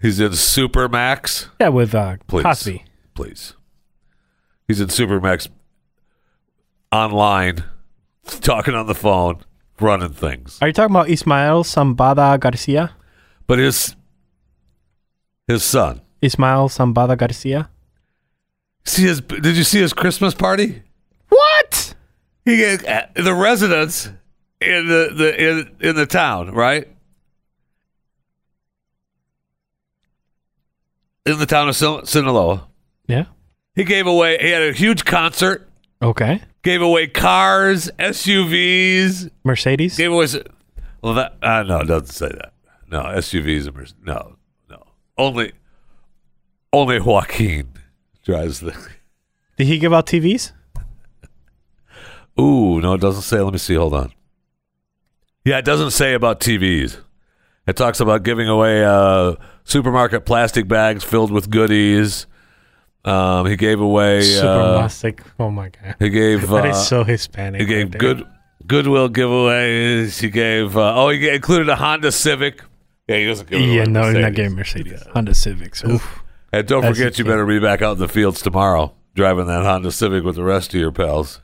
he's in Supermax.
Yeah, with uh,
Please,
Cosby.
please. He's in Supermax online, talking on the phone, running things.
Are you talking about Ismael Zambada Garcia?
But his his son.
Ismael Zambada Garcia?
See his? Did you see his Christmas party?
What?
He gave, uh, the residents in the, the in in the town, right? In the town of Sin- Sinaloa,
Yeah.
he gave away. He had a huge concert.
Okay.
Gave away cars, SUVs.
Mercedes?
Gave away. s- Well, that uh, no, it doesn't say that. No SUVs. and Merce- No, no. Only, only Joaquin drives the.
Did he give out TVs?
Ooh, no, it doesn't say. Let me see. Hold on. Yeah, it doesn't say about TVs. It talks about giving away uh, supermarket plastic bags filled with goodies. Um, he gave away. Uh,
Supermastic. oh, my God.
he gave. Uh,
that is so Hispanic.
he
right
gave
there.
good Goodwill giveaways. He gave. Uh, oh, he g- included a Honda Civic. Yeah, he doesn't give away.
Yeah, no, he's not
Mercedes.
getting Mercedes. Honda Civics. Oof.
And don't
That's
forget,
the
you better be back out in the fields tomorrow driving that Honda Civic with the rest of your pals.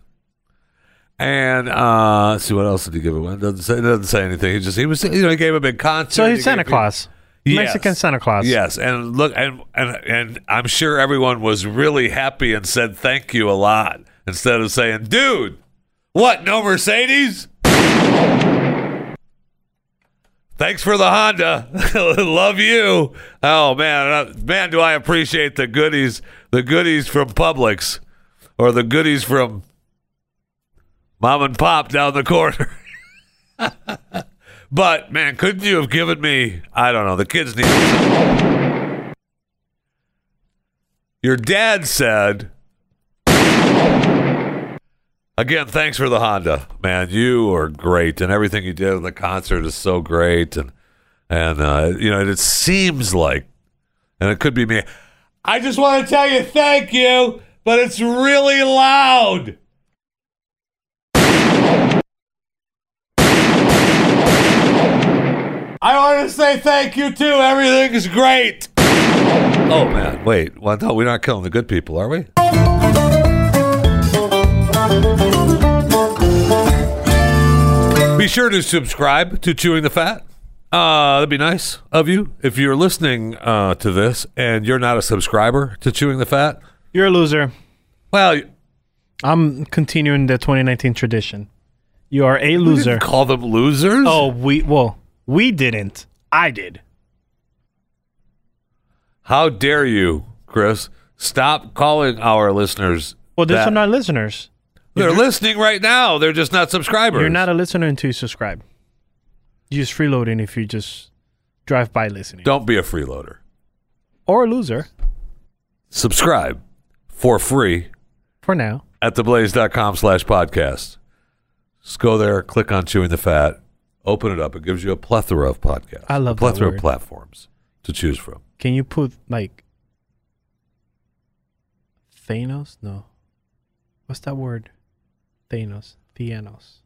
And uh let's see what else did he give away? Doesn't say, doesn't say anything. He just he was you know he gave a big concert.
So
He
he's Santa
gave people-
Claus.
Yes.
Mexican Santa Claus.
Yes, and look, and and and I'm sure everyone was really happy and said thank you a lot instead of saying, "Dude, what? No Mercedes." Thanks for the Honda. Love you. Oh man, uh, man, do I appreciate the goodies, the goodies from Publix, or the goodies from mom and pop down the corner. but man, couldn't you have given me? I don't know. The kids need. Your dad said. Again, thanks for the Honda, man. You are great, and everything you did at the concert is so great, and and uh, you know it seems like, and it could be me. I just want to tell you thank you, but it's really loud. I want to say thank you too. Everything's great. Oh man, wait. Well, no, we're not killing the good people, are we? Be sure to subscribe to Chewing the Fat. Uh, that'd be nice of you. If you're listening uh, to this and you're not a subscriber to Chewing the Fat,
You're a loser.
well, you
I'm continuing the 2019 tradition. You are
we
a
didn't
loser.
call them losers.
Oh, we well, we didn't. I did.
how dare you, Chris? Stop calling our listeners.
Well, these
that.
are not listeners.
They're listening right now. They're just not subscribers.
You're not a listener until you subscribe. You're just freeloading if you just drive by listening.
Don't be a freeloader.
Or a loser
Subscribe for free
for now.
at theblaze.com slash podcast. Just go there, click on Chewing the Fat, open it up. It gives you a plethora of podcasts.
I love
a
that
plethora of
word.
platforms to choose from.
Can you put like Thanos? No. What's that word? Thanos. Thanos.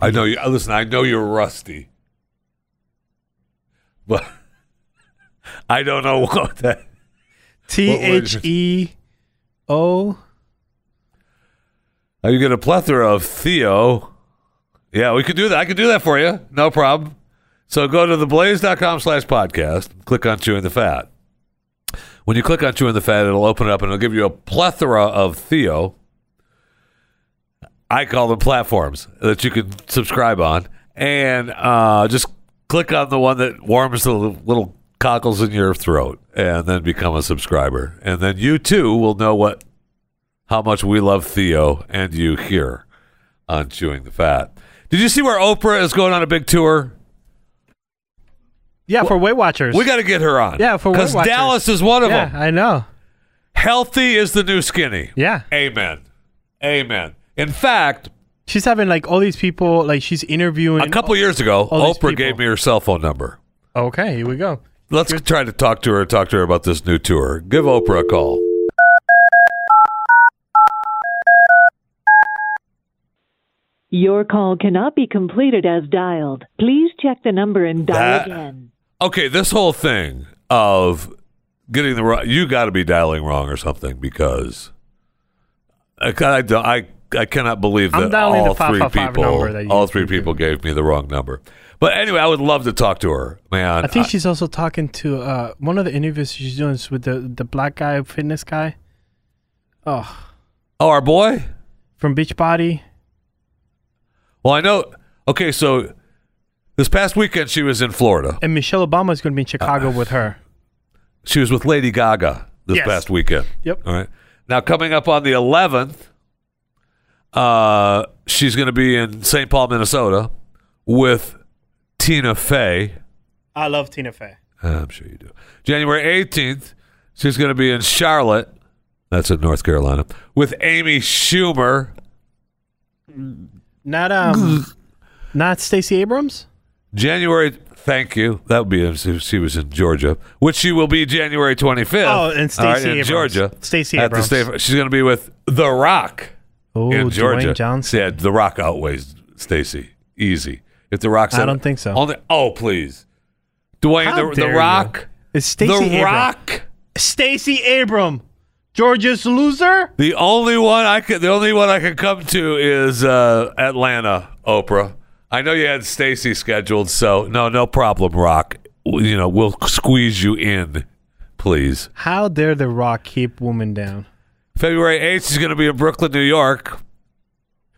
I know you listen, I know you're rusty. But I don't know what that
T H E O.
Now you get a plethora of Theo. Yeah, we could do that. I could do that for you. No problem. So go to theblaze.com slash podcast. Click on Chewing the Fat. When you click on Chewing the Fat, it'll open up and it'll give you a plethora of Theo. I call them platforms that you can subscribe on. And uh, just click on the one that warms the little cockles in your throat and then become a subscriber. And then you too will know what how much we love Theo and you here on Chewing the Fat. Did you see where Oprah is going on a big tour?
Yeah, for Weight Watchers.
We got to get her on.
Yeah, for Weight
because
Watchers.
Dallas is one of
yeah,
them.
I know.
Healthy is the new skinny.
Yeah.
Amen. Amen. In fact,
She's having like all these people, like she's interviewing.
a couple years ago,
all these
Oprah
people.
gave me her cell phone number.
Okay, here we go.
Let's try to talk to her. Talk to her about this new tour. Give Oprah a call.
Your call cannot be completed as dialed. Please check the number and dial
That-
again.
Okay, this whole thing of getting the wrong, you got to be dialing wrong or something because I ca- I, don't- I, I cannot believe
I'm
that
dialing the
all three
555 number that
people
you-
all three people gave me the wrong number. But anyway, I would love to talk to her, man.
I think
I-
she's also talking to uh, one of the interviews she's doing is with the the black guy, fitness guy. Oh,
oh, our boy.
from Beachbody.
Well, I know. Okay, so this past weekend she was in Florida.
And Michelle Obama is going to be in
Uh,
Chicago with her.
She was with Lady Gaga this
Yes.
past weekend.
Yep.
All right. Now coming up on the 11th, uh, she's going to be in St. Paul, Minnesota, with Tina Fey. Ah,
I love Tina Fey.
I'm sure you do. January 18th, she's going to be in Charlotte. That's in North Carolina with Amy Schumer.
Not um, not Stacey Abrams.
January, thank you. That would be if she was in Georgia, which she will be January 25th.
Oh, and Stacey
All right, in
Abrams.
Georgia.
Stacey
at the
Abrams.
State- she's going to be with The Rock.
Oh,
in Georgia.
Dwayne Johnson.
Yeah, The Rock outweighs Stacy. Easy. If The Rock's
I
on-
don't think so.
on the- oh, please. Dwayne,
How
the, the
dare you.
Rock.
It's Stacey
the
Abrams.
Rock.
Stacey Abram, Georgia's loser.
The only one I could, the only one I could come to is uh, Atlanta, Oprah. I know you had Stacy scheduled, so no, no problem, Rock. W- You know, we'll squeeze you in, please.
How dare The Rock keep woman down?
February eighth is going to be in Brooklyn, New York,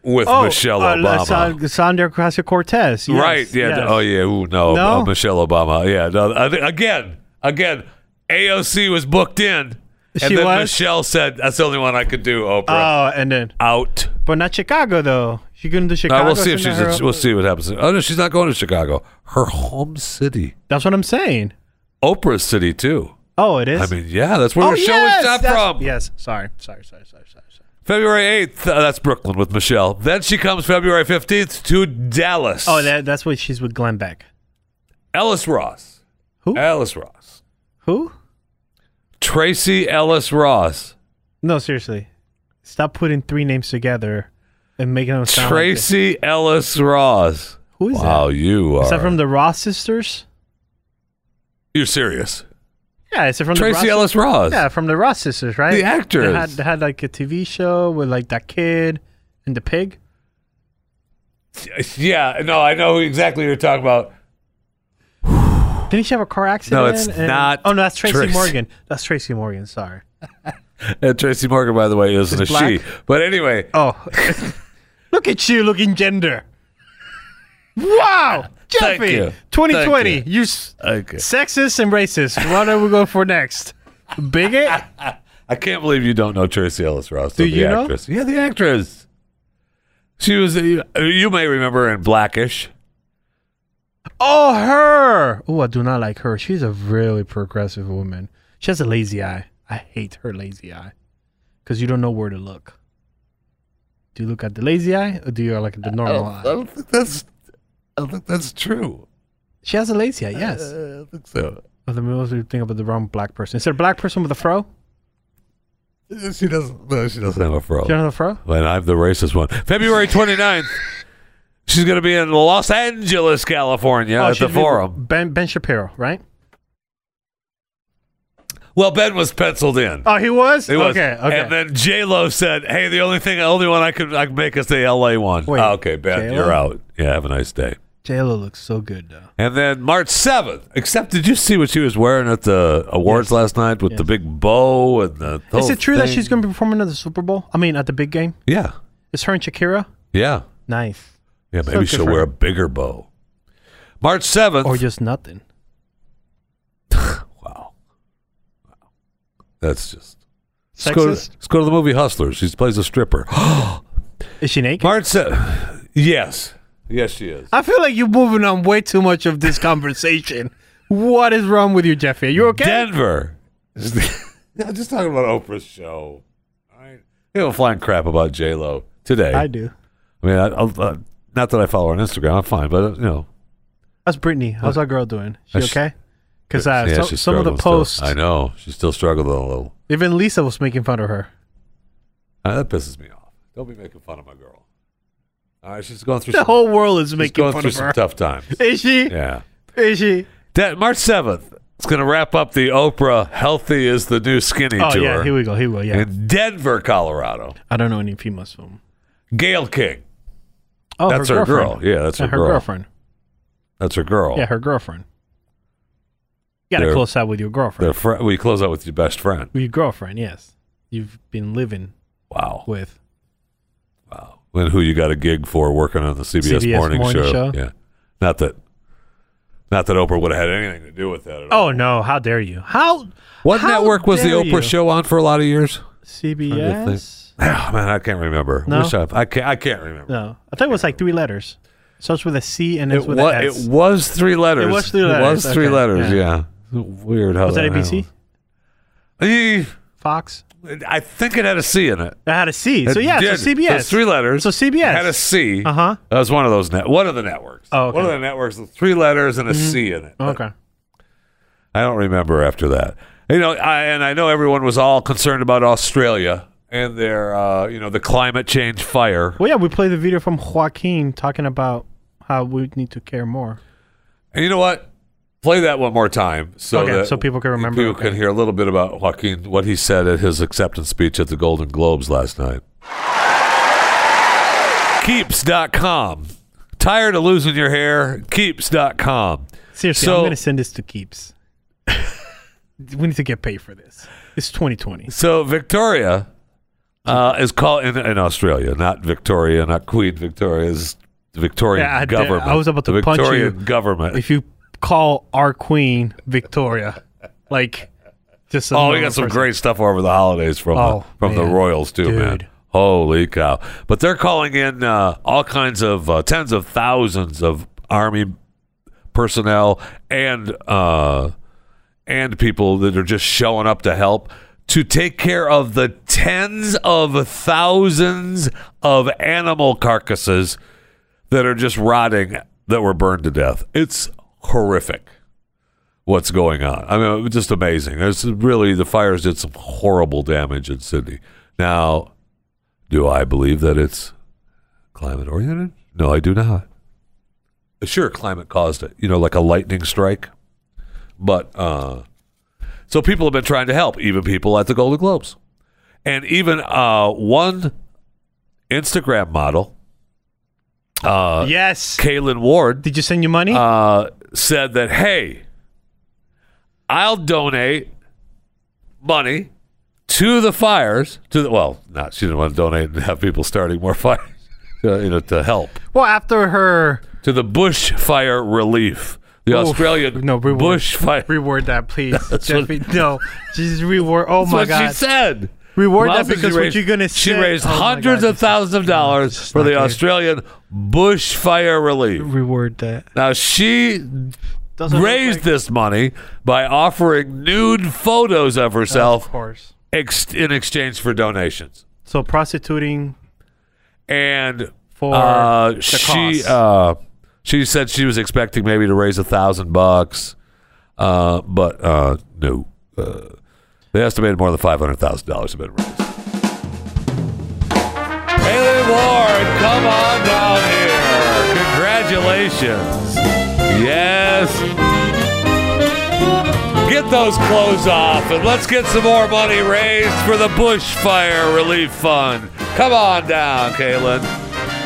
with Michelle
uh,
Obama.
Sa- Sandra Ocasio Cortez.
right? Yeah.
Yes.
Oh, yeah. Ooh, no.
No?
Uh, Michelle Obama. Yeah. No, I thi- again, again. AOC was booked in, and
She
then
was?
Michelle said, "That's the only one I could do." Oprah
Oh, and then,
out.
but not Chicago though. She couldn't do Chicago.
No, we'll see if
so
she's.
now
In,
her-
we'll see what happens. Oh no, she's not going to Chicago. Her home city,
That's what I'm saying.
Oprah's city too.
Oh, it is.
I mean, yeah, that's where
oh,
her show
yes,
is shot
that's-
from.
Yes. Sorry. Sorry. Sorry. Sorry. Sorry. sorry.
February eighth, uh, that's Brooklyn with Michelle. Then she comes February fifteenth to Dallas.
Oh, that, that's what she's with Glenn Beck.
Ellis Ross.
Who?
Ellis Ross.
Who?
Tracy Ellis Ross.
No, seriously. Stop putting three names together and making them sound. like this.
Tracy Ellis Ross.
Who is
wow,
that?
you are.
Is that from the Ross sisters?
You're serious.
Yeah, is it from the
Tracy
Ross
Ellis Ross.
Yeah, from the Ross sisters, right?
The actors.
They had, they had like a TV show with like that kid and the pig.
Yeah, no, I know exactly what you're talking about.
Didn't she have a car accident?
it's not
Oh no, that's Tracy
Tracy.
Morgan. That's Tracy Morgan. Sorry.
And Tracy Morgan, by the way, isn't
Is
a
black?
she. But anyway,
Oh, look at you looking gender. Wow, Jeffy,
Thank you.
2020.
Thank
You s-
Okay.
sexist and racist. What are we going for next? Bigot.
I can't believe you don't know Tracy Ellis Ross.
Do
the
you know?
actress. Yeah, the actress. She was. uh, You may remember in Blackish.
Oh, her. Oh, I do not like her. She's a really progressive woman. She has a lazy eye. I hate her lazy eye because you don't know where to look. Do you look at the lazy eye or do you look at the normal
I
eye?
don't think that's. I don't think that's true.
She has a lazy eye, yes.
Uh, I think so.
Oh, then we also think about the wrong black person. Is there a black person with a fro?
She doesn't. No, she doesn't have a fro.
Do you know the fro?
And I'm the racist one. February 29th, she's going to be in Los Angeles, California
Oh,
at
she'd
the
be
forum.
Ben, ben Shapiro, right?
Well, Ben was penciled in.
Oh, he was?
It was.
Okay, okay.
And then J Lo said, "Hey, the only thing, the only one I could I could make is the L.A. one."
Wait,
Ah, okay, Ben,
J.Lo?
you're out. Yeah, have a nice day.
JLo looks so good, though.
And then March seventh. Except, did you see what she was wearing at the awards
Yes.
last night with the
Yes.
big bow and the? the
Is
whole
it true that
thing?
she's going to be performing at the Super Bowl? I mean, at the big game?
Yeah,
It's her and Shakira?
yeah,
Nice.
yeah.
So
Maybe
good
she'll
for
wear
her.
a bigger bow. March seventh.
Or just nothing.
Wow. Wow. That's just. Let's go, to,
Sexist?
let's go to the movie Hustlers. She plays a stripper.
Is she naked?
March 7th. Yes. Yes, she is.
I feel like you're moving on way too much of this conversation. What is wrong with you, Jeffy? Are you okay?
Denver. I'm just talking about Oprah's show. All right. They don't flying crap about J-Lo today.
I
I,
do.
mean, I, I'll, uh, not that I follow her on Instagram. I'm fine, but, uh, you know.
How's Brittany? How's
What?
our girl doing? She
Uh, she-
okay? Because uh,
yeah,
so-
she's
some of the
struggling still.
posts,
I know. She's still struggling a little.
even Lisa was making fun of her.
Uh, that pisses me off. Don't be making fun of my girl. All right, she's going through
The
some,
whole world is
she's
making
going
fun
through
of
some
her.
tough times.
Is she?
Yeah.
Is she?
That March seventh. It's going to wrap up the Oprah "Healthy Is the New Skinny"
Oh
tour
yeah, here we go. Here we go. Yeah,
in Denver, Colorado.
I don't know any females film.
Gail King.
Oh,
That's her girl.
girlfriend.
Yeah, that's her girl.
girlfriend.
That's her girl.
Yeah, her girlfriend. You gotta
They're-
close out with your
Their
girlfriend.
fri we close out with your best friend.
With your girlfriend, yes. You've been living
Wow.
with.
Wow. And who you got a gig for working on the CBS,
CBS
morning,
morning
show.
show.
Yeah. Not that. Not that Oprah would have had anything to do with that. At all.
Oh no! How dare you? How?
What
how
network was the
dare
Oprah
you?
show on for a lot of years?
CBS.
Oh, man, I can't remember.
No?
Wish I, I can't. I can't remember.
No, I thought it was like three letters. Starts with a C and ends
It,
with
wa-
an S.
it was three letters.
It was three
was
letters,
three
okay,
letters,
yeah.
yeah. Weird how
was that ABC?
happened. Eh,
Fox.
I think it had a C in it.
That had a C.
It
so yeah,
did.
so CBS.
Those three letters.
So CBS.
had a C.
Uh-huh.
That was one of those. Net- one of the networks.
Oh, okay. Mm-hmm.
One of the networks with three letters and a C in it.
Okay.
I don't remember after that. You know, I, and I know everyone was all concerned about Australia and their, uh, you know, the climate change fire.
Well, yeah, we played the video from Joaquin talking about how we need to care more.
And you know what? Play that one more time so
Okay,
that
so people can remember.
People
Okay.
can hear a little bit about Joaquin, what he said at his acceptance speech at the Golden Globes last night. Keeps.com. Tired of losing your hair? Keeps.com.
Seriously,
So-
I'm gonna send this to Keeps. we need to get paid for this. It's 2020.
So Victoria uh, is called in, in Australia, not Victoria, not Queen Victoria, is the Victorian
Yeah, I did-
government.
I was about to
the
punch you.
Victorian government.
If you call our queen Victoria, like just a
Oh, we
normal
got some
person.
great stuff over the holidays from
Oh,
the, from the
man.
Royals too, man.
Dude.
Holy cow! But they're calling in uh, all kinds of uh, tens of thousands of army personnel and uh, and people that are just showing up to help to take care of the tens of thousands of animal carcasses that are just rotting that were burned to death. It's horrific what's going on. I mean, it was just amazing. There's really the fires did some horrible damage in Sydney. Now, do I believe that it's climate oriented? No, I do not. Sure, climate caused it. You know, like a lightning strike. But uh, so people have been trying to help, even people at the Golden Globes, and even uh, one Instagram model, uh,
Yes.
Kaylin Ward,
Did you send your money?
uh, said that, hey, I'll donate money to the fires. To the, well, not she didn't want to donate and have people starting more fires, uh, you know, to help
well, after her
to the bushfire relief. The
Oh,
Australian
no, reward,
bush fire.
Reward that, please.
That's what-
Jeffy, no. She's reward. Oh
That's
my
what
God.
she said.
Reward
Well,
that
she
because what
raised-
you're gonna
She
say-
raised
oh my
hundreds
God,
of thousands of dollars for the Australian bushfire relief.
Reward that.
Now she
Doesn't look
raised this money by offering nude photos of herself
Of course.
ex- in exchange for donations.
So prostituting
and
For
uh,
the
she
cause.
uh, she said she was expecting maybe to raise a thousand bucks, uh, but uh, no, uh, they estimated more than five hundred thousand dollars have been raised. Haley Ward, come on down here! Congratulations! Yes. Get those clothes off and let's get some more money raised for the Bushfire Relief Fund. Come on down, Kaylin.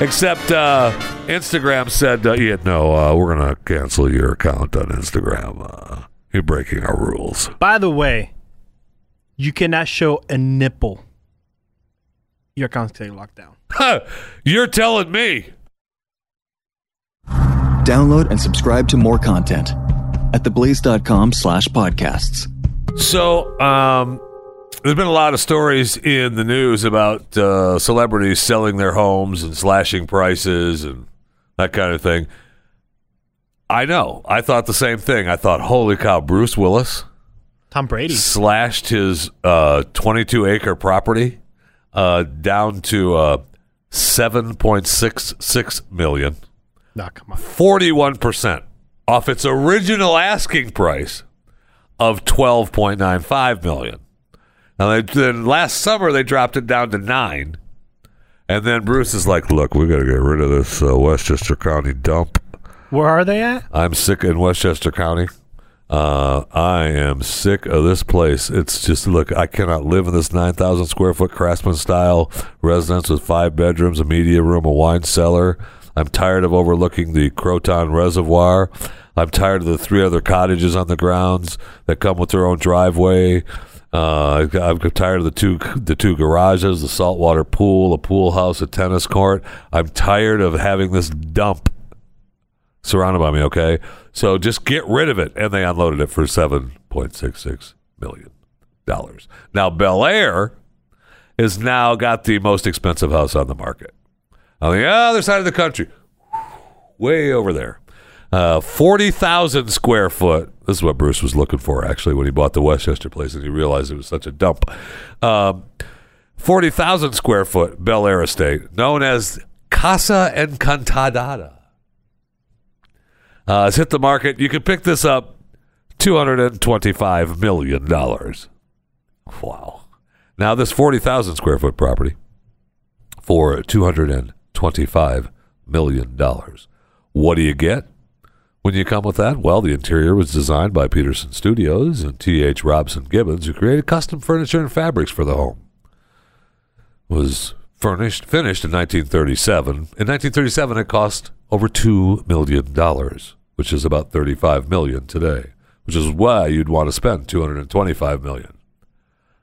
Except uh, Instagram said, uh, yeah, no, uh, we're going to cancel your account on Instagram. Uh, you're breaking our rules.
By the way, you cannot show a nipple. Your account's getting locked down.
Huh, you're telling me.
Download and subscribe to more content at theblaze.com slash podcasts.
So, um, there's been a lot of stories in the news about uh, celebrities selling their homes and slashing prices and that kind of thing. I know. I thought the same thing. I thought, holy cow, Bruce Willis
Tom Brady.
slashed his uh, 22 acre property uh, down to uh, 7.66 million,
Nah, come on.
41% off its original asking price of 12.95 million. Now, they, then last summer they dropped it down to nine. And then Bruce is like, look, we got to get rid of this uh, Westchester County dump.
Where are they at?
I'm sick in Westchester County. Uh, I am sick of this place. It's just look, I cannot live in this 9,000 square foot craftsman style residence with five bedrooms, a media room, a wine cellar. I'm tired of overlooking the Croton Reservoir. I'm tired of the three other cottages on the grounds that come with their own driveway. Uh, I'm tired of the two the two garages, the saltwater pool, a pool house, a tennis court. I'm tired of having this dump surrounded by me. Okay, so just get rid of it, and they unloaded it for seven point six six million dollars. Now Bel Air is now got the most expensive house on the market on the other side of the country, way over there. Uh, 40,000 square foot. This is what Bruce was looking for, actually, when he bought the Westchester place and he realized it was such a dump. Um, 40,000 square foot Bel Air estate, known as Casa Encantadada uh, has hit the market. You can pick this up, two hundred and twenty-five million dollars. Wow! Now this forty thousand square foot property for two hundred and twenty-five million dollars. What do you get when you come with that? Well, the interior was designed by Peterson Studios and T. H. Robson Gibbons, who created custom furniture and fabrics for the home. It was furnished finished in 1937. In 1937, it cost over two million dollars, which is about 35 million today. Which is why you'd want to spend 225 million.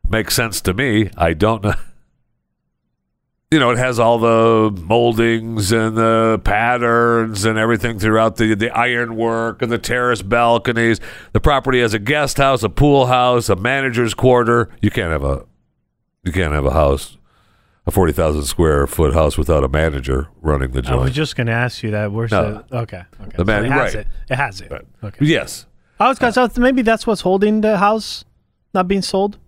Makes sense to me. I don't know. You know, it has all the moldings and the patterns and everything throughout the the ironwork and the terrace balconies. The property has a guest house, a pool house, a manager's quarter. You can't have a you can't have a house, a forty thousand square foot house without a manager running the
I
joint.
was just gonna ask you that. Where's
No.
the okay? Okay.
The man-
it has
right.
it. It has it. Okay.
Yes.
I was gonna so maybe that's what's holding the house not being sold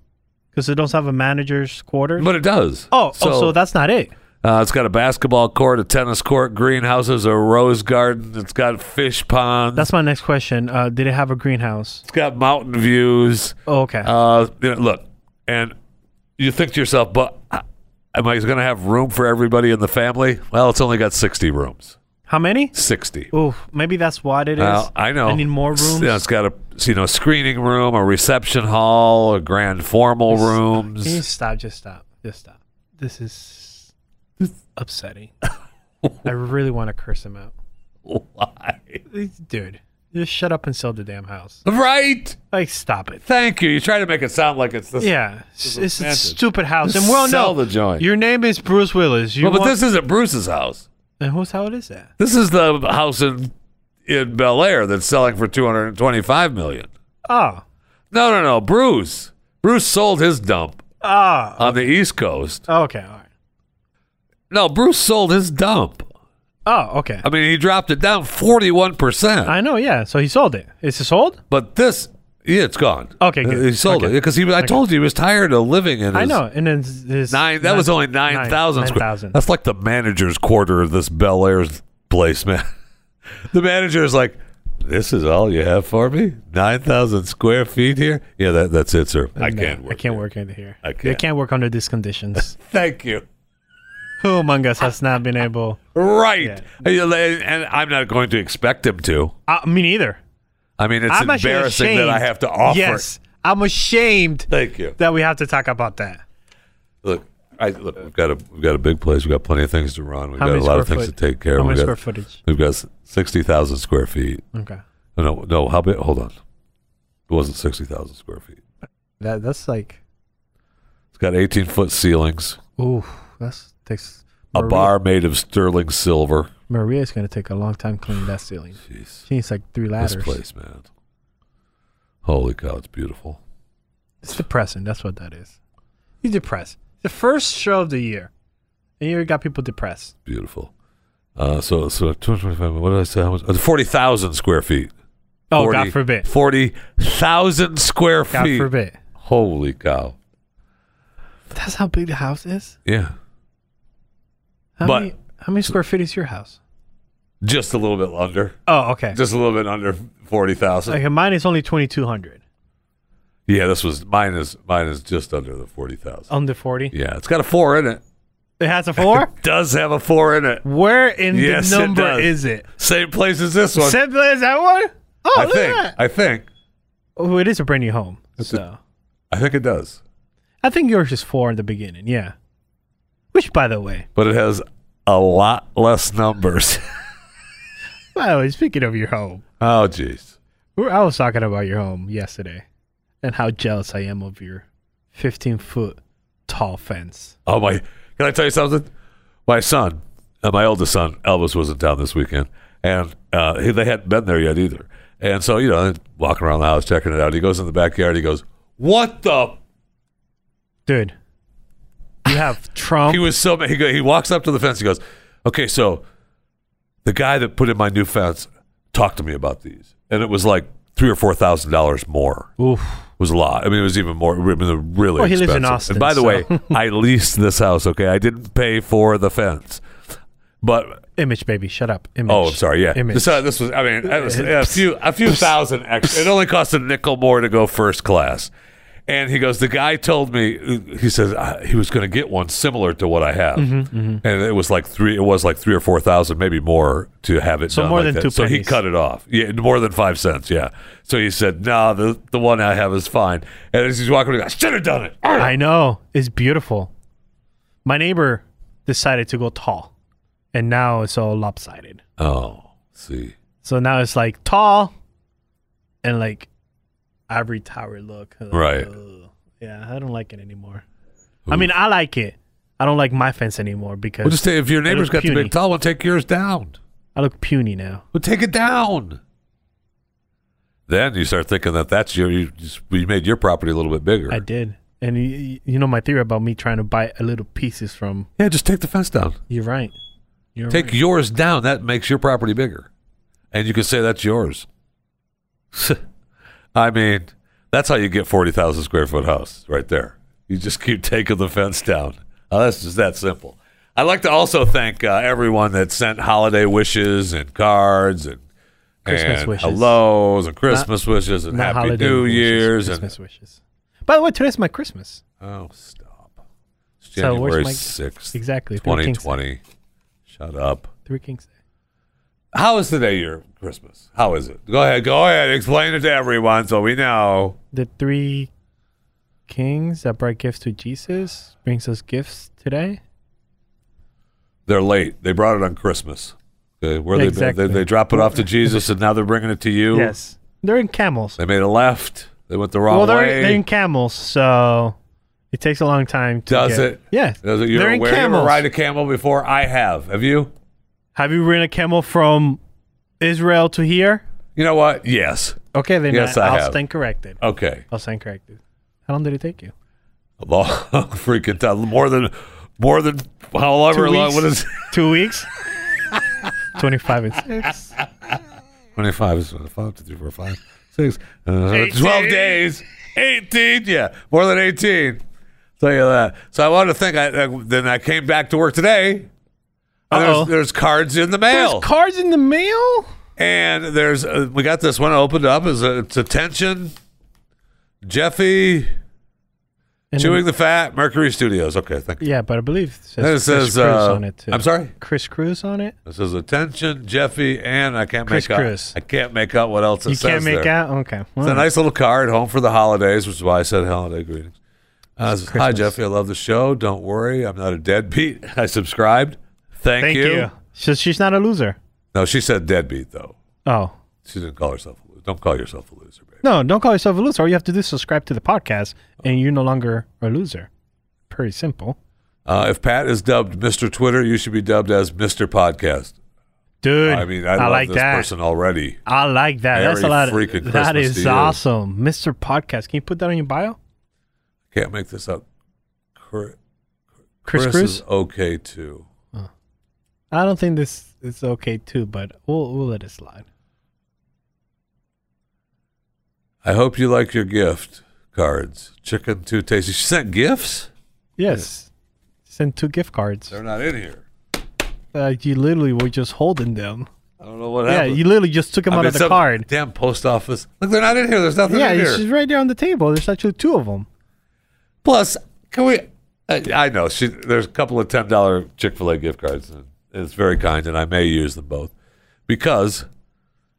because it doesn't have a manager's quarters.
But it does.
oh, oh, so that's not it.
uh, it's got a basketball court, a tennis court, greenhouses, a rose garden. It's got fish ponds.
That's my next question. Uh, did it have a greenhouse?
it's got mountain views.
Oh, okay.
Uh, you know, look, and you think to yourself, but uh, am I going to have room for everybody in the family? Well, it's only got sixty rooms.
How many?
Sixty.
Oh, maybe that's what it is.
Well, I know.
I need more
It's-
rooms.
You know, it's got a you know screening room, a reception hall, a grand formal rooms.
Can you stop? Just stop. Just stop. This is upsetting. I really want to curse him out.
Why?
Dude, just shut up and sell the damn house.
Right.
Like, stop it.
Thank you. You try to make it sound like it's this.
Yeah, it's, it's a
expensive.
stupid house. And
Just
we all
sell
know
the joint.
Your name is Bruce Willis. You
Well, but
want-
this isn't Bruce's house.
and who's how it is that?
This is the house in in Bel Air that's selling for 225 million.
Oh.
No, no, no. Bruce. Bruce sold his dump
Ah.
on the East Coast.
oh, Okay. All right.
No, Bruce sold his dump.
Oh, okay.
I mean, he dropped it down 41%.
I know. Yeah. So he sold it. Is it sold?
But this, yeah, it's gone.
Okay, good.
He sold
Okay.
it because he. I
Okay.
told you he was tired of living in. His
I know. And then his- his
Nine. That was only nine thousand.
Nine thousand.
That's like the manager's quarter of this Bel Air's place, man. the manager is like, "This is all you have for me? Nine thousand square feet here? Yeah, that, that's it, sir. I
No,
can't
I
work.
can't work under here.
I
They
can't.
can't work under these conditions.
Thank you.
Who among us has not been able?
Right, and I'm not going to expect him to.
Uh, me neither.
I mean, it's
I'm actually
embarrassing that I
ashamed.
have to offer.
Yes, I'm ashamed
Thank you.
that we have to talk about that.
Look, I, look, we've got a we've got a big place. We've got plenty of things to run. We've
How
got a
many
lot of
square
things
foot-
to take care of.
how many
We've
square
got-
footage?
We've got sixty thousand square feet.
Okay,
No, no. How big? Hold on. It wasn't sixty thousand square feet.
that that's like,
It's got eighteen foot ceilings,
ooh, that's takes.
a bar made of sterling silver.
Maria's gonna take a long time cleaning that ceiling.
Jeez,
She needs like three ladders.
this place, man. Holy cow, it's beautiful.
It's depressing. That's what that is. He's depressed. The first show of the year, and you got people depressed.
Beautiful. Uh, so so two hundred twenty five. What did I say? How much? Uh, Forty thousand square feet.
Oh, God forbid.
Forty thousand square
God
feet.
forbid.
Holy cow.
That's how big the house is.
Yeah.
How
But-
many, how many square feet is your house?
Just a little bit under.
Oh, okay.
Just a little bit under forty thousand.
Like mine is only twenty two hundred.
Yeah, this was mine is mine is just under the forty thousand.
Under forty.
Yeah, it's got a four in it.
It has a four.
Does have a four in it.
Where in
Yes, it
the number
does.
is it?
Same place as this one.
Simply as that one. Oh,
I
look
think.
at that.
I think.
Oh, it is a brand new home.
That's
so
I think it does.
I think yours is four in the beginning. Yeah. Which, by the way,
But it has a lot less numbers.
by the way, speaking of your home,
oh jeez.
we- I was talking about your home yesterday, and how jealous I am of your fifteen foot tall fence.
Oh my! Can I tell you something? My son, uh, my oldest son, Elvis was in town this weekend, and uh, he, they hadn't been there yet either. And so you know, walking around the house checking it out. He goes in the backyard. He goes, "What the?"
Dude, you have Trump.
He was so mad. He, go, he walks up to the fence. He goes, "Okay, so the guy that put in my new fence talked to me about these, and it was like three or four thousand dollars more.
Oof.
It was a lot. I mean, it was even more. I mean, they're really.
Well, he lives in
expensive.
Austin,
And by the
so-
way, I leased this house. Okay, I didn't pay for the fence, but
Image, baby, shut up. Image.
Oh, I'm sorry. Yeah,
Image.
this, uh, this was. I mean, that was a few, a few thousand extra. It only cost a nickel more to go first class. And he goes. The guy told me. He says uh, he was going to get one similar to what I have,
Mm-hmm,
and it was like three. It was like three or four thousand, maybe more, to have it.
So
done
more
like
than
that.
two
So he
pennies.
cut it off. Yeah, more than five cents. Yeah. So he said, "No, the the one I have is fine." And as he's walking, away, I should have done it.
I know. It's beautiful. My neighbor decided to go tall, and now it's all lopsided.
Oh, see,
So now it's like tall and like ivory tower look. Ugh.
Right.
Yeah, I don't like it anymore. I mean, I like it. I don't like my fence anymore because
well, just say if your
I
neighbor's
look
got the
puny.
big tall one, take yours down.
I look puny now.
Well, take it down. Then you start thinking that that's your you, just- you made your property a little bit bigger.
I did. And you, you know my theory about me trying to buy a little pieces from.
Yeah, just take the fence down.
You're right. You're
Take
right.
yours down. That makes your property bigger, and you can say that's yours. I mean, that's how you get forty thousand square foot house right there. You just keep taking the fence down. Oh, that's just that simple. I'd like to also thank uh, everyone that sent holiday wishes and cards and
Christmas
and
wishes.
hellos and Christmas wishes and
Not
happy
holiday
New
wishes,
Years and
Christmas wishes. By the way, today's my Christmas.
Oh, stop. It's
So where's
January
my-
6th.
Exactly, through King's
2020.
Day.
Shut up.
Three Kings Day.
How is today your Christmas? How is it? Go ahead. Go ahead. Explain it to everyone so we know.
the three kings that brought gifts to Jesus brings us gifts today.
They're late. They brought it on Christmas. Okay, where they-
Exactly.
they, they drop it off to Jesus and now they're bringing it to you.
They're in camels.
They made a left. They went the wrong
well, they're,
way.
they're in camels, so it takes a long time to
Does
get-
it?
Yeah.
Does it? You're aware
they're in
you ever
camels.
ride a camel before? I have. Have you?
Have you ridden a camel from Israel to here.
You know what? Yes.
Okay, then
Yes,
I,
I
will
have.
stand corrected.
Okay.
I'll stand corrected. How long did it take you?
A long freaking time. More than, more than however
Two
long.
weeks.
What is
Two weeks. Twenty-five and six.
25 is 5, 2, 3, 4, 5, 6, uh, 12 days. 18. Yeah. More than 18. Tell you that. So I want to think. I, I, then I came back to work today. And
Uh-oh.
there's, there's cards in the mail.
There's cards in the mail.
And there's uh, we got this one opened up. Is uh, it's attention, Jeffy,
And
chewing the fat, Mercury Studios. Okay, thank you.
Yeah, but I believe it says,
And it
Chris
says,
Cruz
uh,
on it too.
I'm sorry?
Chris Cruz on it.
This is attention, Jeffy, and I can't
Chris
make out.
Cruz.
I can't make out what else it
you
says
can't make
there.
out. Okay,
It's a nice little card, home for the holidays, which is why I said holiday greetings. Uh,
It's
it says, Hi,
Christmas.
Jeffy. I love the show. Don't worry, I'm not a deadbeat. I subscribed. Thank,
Thank you. So she's not a loser.
No, she said deadbeat though.
Oh
She didn't call herself a loser. Don't call yourself a loser, baby.
no! Don't call yourself a loser. All you have to do is subscribe to the podcast, and you're no longer a loser. Pretty simple,
Uh, if Pat is dubbed Mr. Twitter, you should be dubbed as Mr. Podcast.
dude.
I mean, I, love
like
this
that.
person already.
I like that. That's a
Merry
lot.
freaking
Of, that
Christmas
is
to you.
awesome, Mr. Podcast. Can you put that on your bio?
Can't make this up. Chris,
Chris
Chris
Cruz?
is okay too.
I don't think this is okay too, but we'll we'll let it slide.
I hope you like your gift cards. Chicken too tasty. She sent gifts.
Yes. Send two gift cards.
They're not in here.
Uh, you literally were just holding them.
I don't know what
yeah,
happened.
you literally just took them
I
out
mean,
of the
some-
card.
Damn post office. Look, they're not in here. There's nothing
Yeah,
in
it's
here.
just right there on the table. There's actually two of them.
Plus, can we? I, I know she. There's a couple of ten dollar Chick fil A gift cards. And it's very kind, and I may use them both because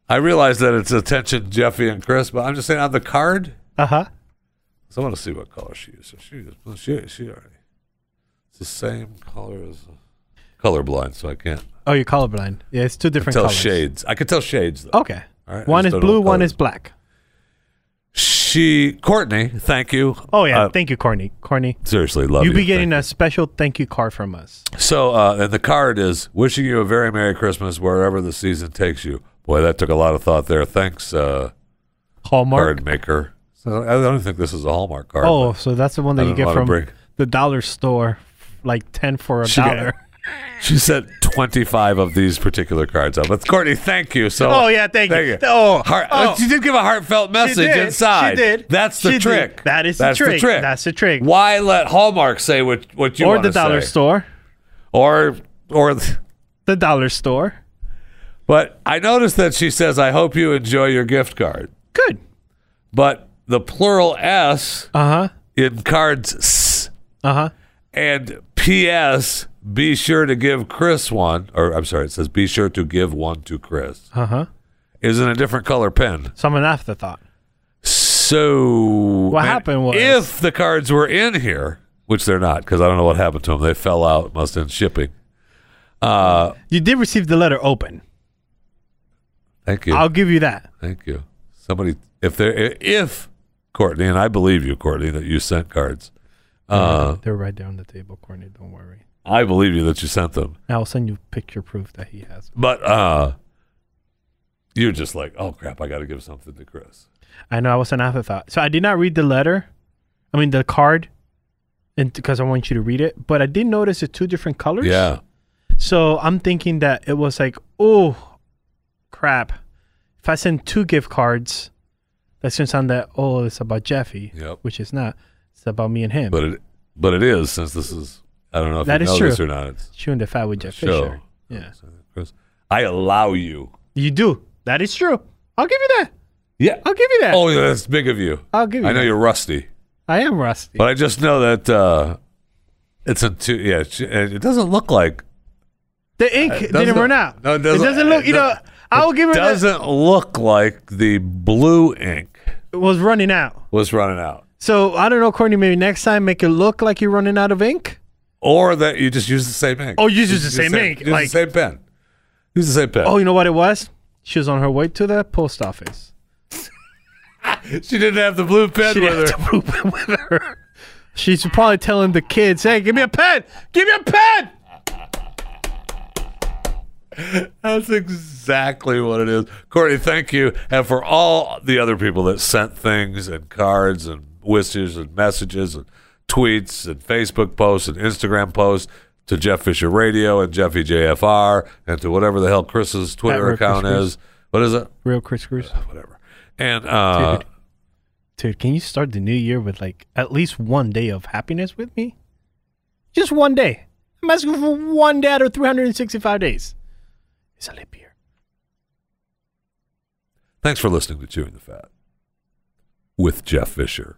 I realize that it's attention Jeffy and Chris. But I'm just saying on the card.
Uh huh.
So I want to see what color she is. So she is. Well, she she already. It's the same color as colorblind, so I can't
Oh, you're colorblind. Yeah, it's two different
tell
colors.
shades. I can tell shades though.
Okay.
All right, I
one
just
is
don't know
blue,
what
one
color.
is black.
She Courtney, thank you.
Oh yeah,
Uh,
thank you, Corny. Corny,
seriously, love you.
you'll be getting
Thank
a special thank you card from us.
you. So uh, and the card is wishing you a very merry Christmas wherever the season takes you. Boy, that took a lot of thought there. Thanks, uh,
Hallmark.
card maker. So I don't think this is a Hallmark card.
Oh, so that's the one
I
that you
didn't
get
wanna
from
break.
the dollar store, like ten for a
She got-
dollar.
but She sent twenty five of these particular cards out. But Courtney, thank you. So
Oh, yeah, thank you.
Oh,
Oh,
Heart,
oh.
she did give a heartfelt message
did.
inside.
She did.
That's the
She did.
trick.
That is the trick. That's the trick.
Why let Hallmark say what what you
or
wanna
the dollar
say?
store.
or or
The dollar store.
but I noticed that she says I hope you enjoy your gift card.
Good.
But the plural s
Uh huh.
in cards s
Uh huh.
and ps be sure to give Chris one or I'm sorry it says be sure to give one to Chris
Uh huh.
is in a different color pen.
So I'm an afterthought.
So
What happened was-
if the cards were in here, which they're not because I don't know what happened to them. They fell out, must in shipping. Uh,
You did receive the letter open.
thank you.
I'll give you that.
Thank you. Somebody, if there, if Courtney, and I believe you, Courtney, that you sent cards.
Mm-hmm.
Uh,
They're right there on the table, Courtney. Don't worry.
I believe you that you sent them,
I'll send you picture proof that he has.
but uh, you're just like, oh crap, I got to give something to Chris.
I know I was an afterthought. So I did not read the letter. I mean the card, and because I want you to read it. But I did notice the two different colors.
Yeah,
So I'm thinking that it was like, oh, crap. If I send two gift cards, that's gonna sound that oh, it's about Jeffy,
Yep.
which it's not. It's about me and him.
but it, but it is since this is, I don't know if
That
you
is
know
true.
this or not. It's
chewing the fat with Jeff
show.
Fisher. Yeah,
Chris, I allow you.
you do. That is true. I'll give you that.
Yeah.
I'll give you that.
Oh, yeah, that's big of you.
I'll give you
I know
that.
you're rusty.
I am rusty.
But I just know that uh, it's a two. Yeah, she- and it doesn't look like
the ink
it
didn't
Uh, doesn't-
run out.
no, it
it
doesn't-
doesn't, look. You
it
know,
doesn't-
I will give her
it
that.
doesn't look like the blue ink
It was running out.
was running out,
So I don't know, Courtney. Maybe next time make it look like you're running out of ink.
or that you just use the same ink.
Oh, you just use the same ink,
Use
like-
the same pen. Use the same pen.
Oh, you know what it was? She was on her way to the post office.
she didn't have the blue pen
She
with
didn't
her.
have to poop it with her. She's probably telling the kids, "Hey, give me a pen! Give me a pen!"
That's exactly what it is. Courtney, thank you. And for all the other people that sent things and cards and wishes and messages and tweets and Facebook posts and Instagram posts to Jeff Fisher Radio and E Jeffy JFR and to whatever the hell Chris's Twitter
Rick
account
Chris Cruz.
is. What is it?
Real Chris Cruz.
whatever. And uh,
Dude. Dude, can you start the new year with like at least one day of happiness with me? Just one day. I'm asking for one day out of 365 days. It's a leap year.
thanks for listening to Chewing the Fat with Jeff Fisher.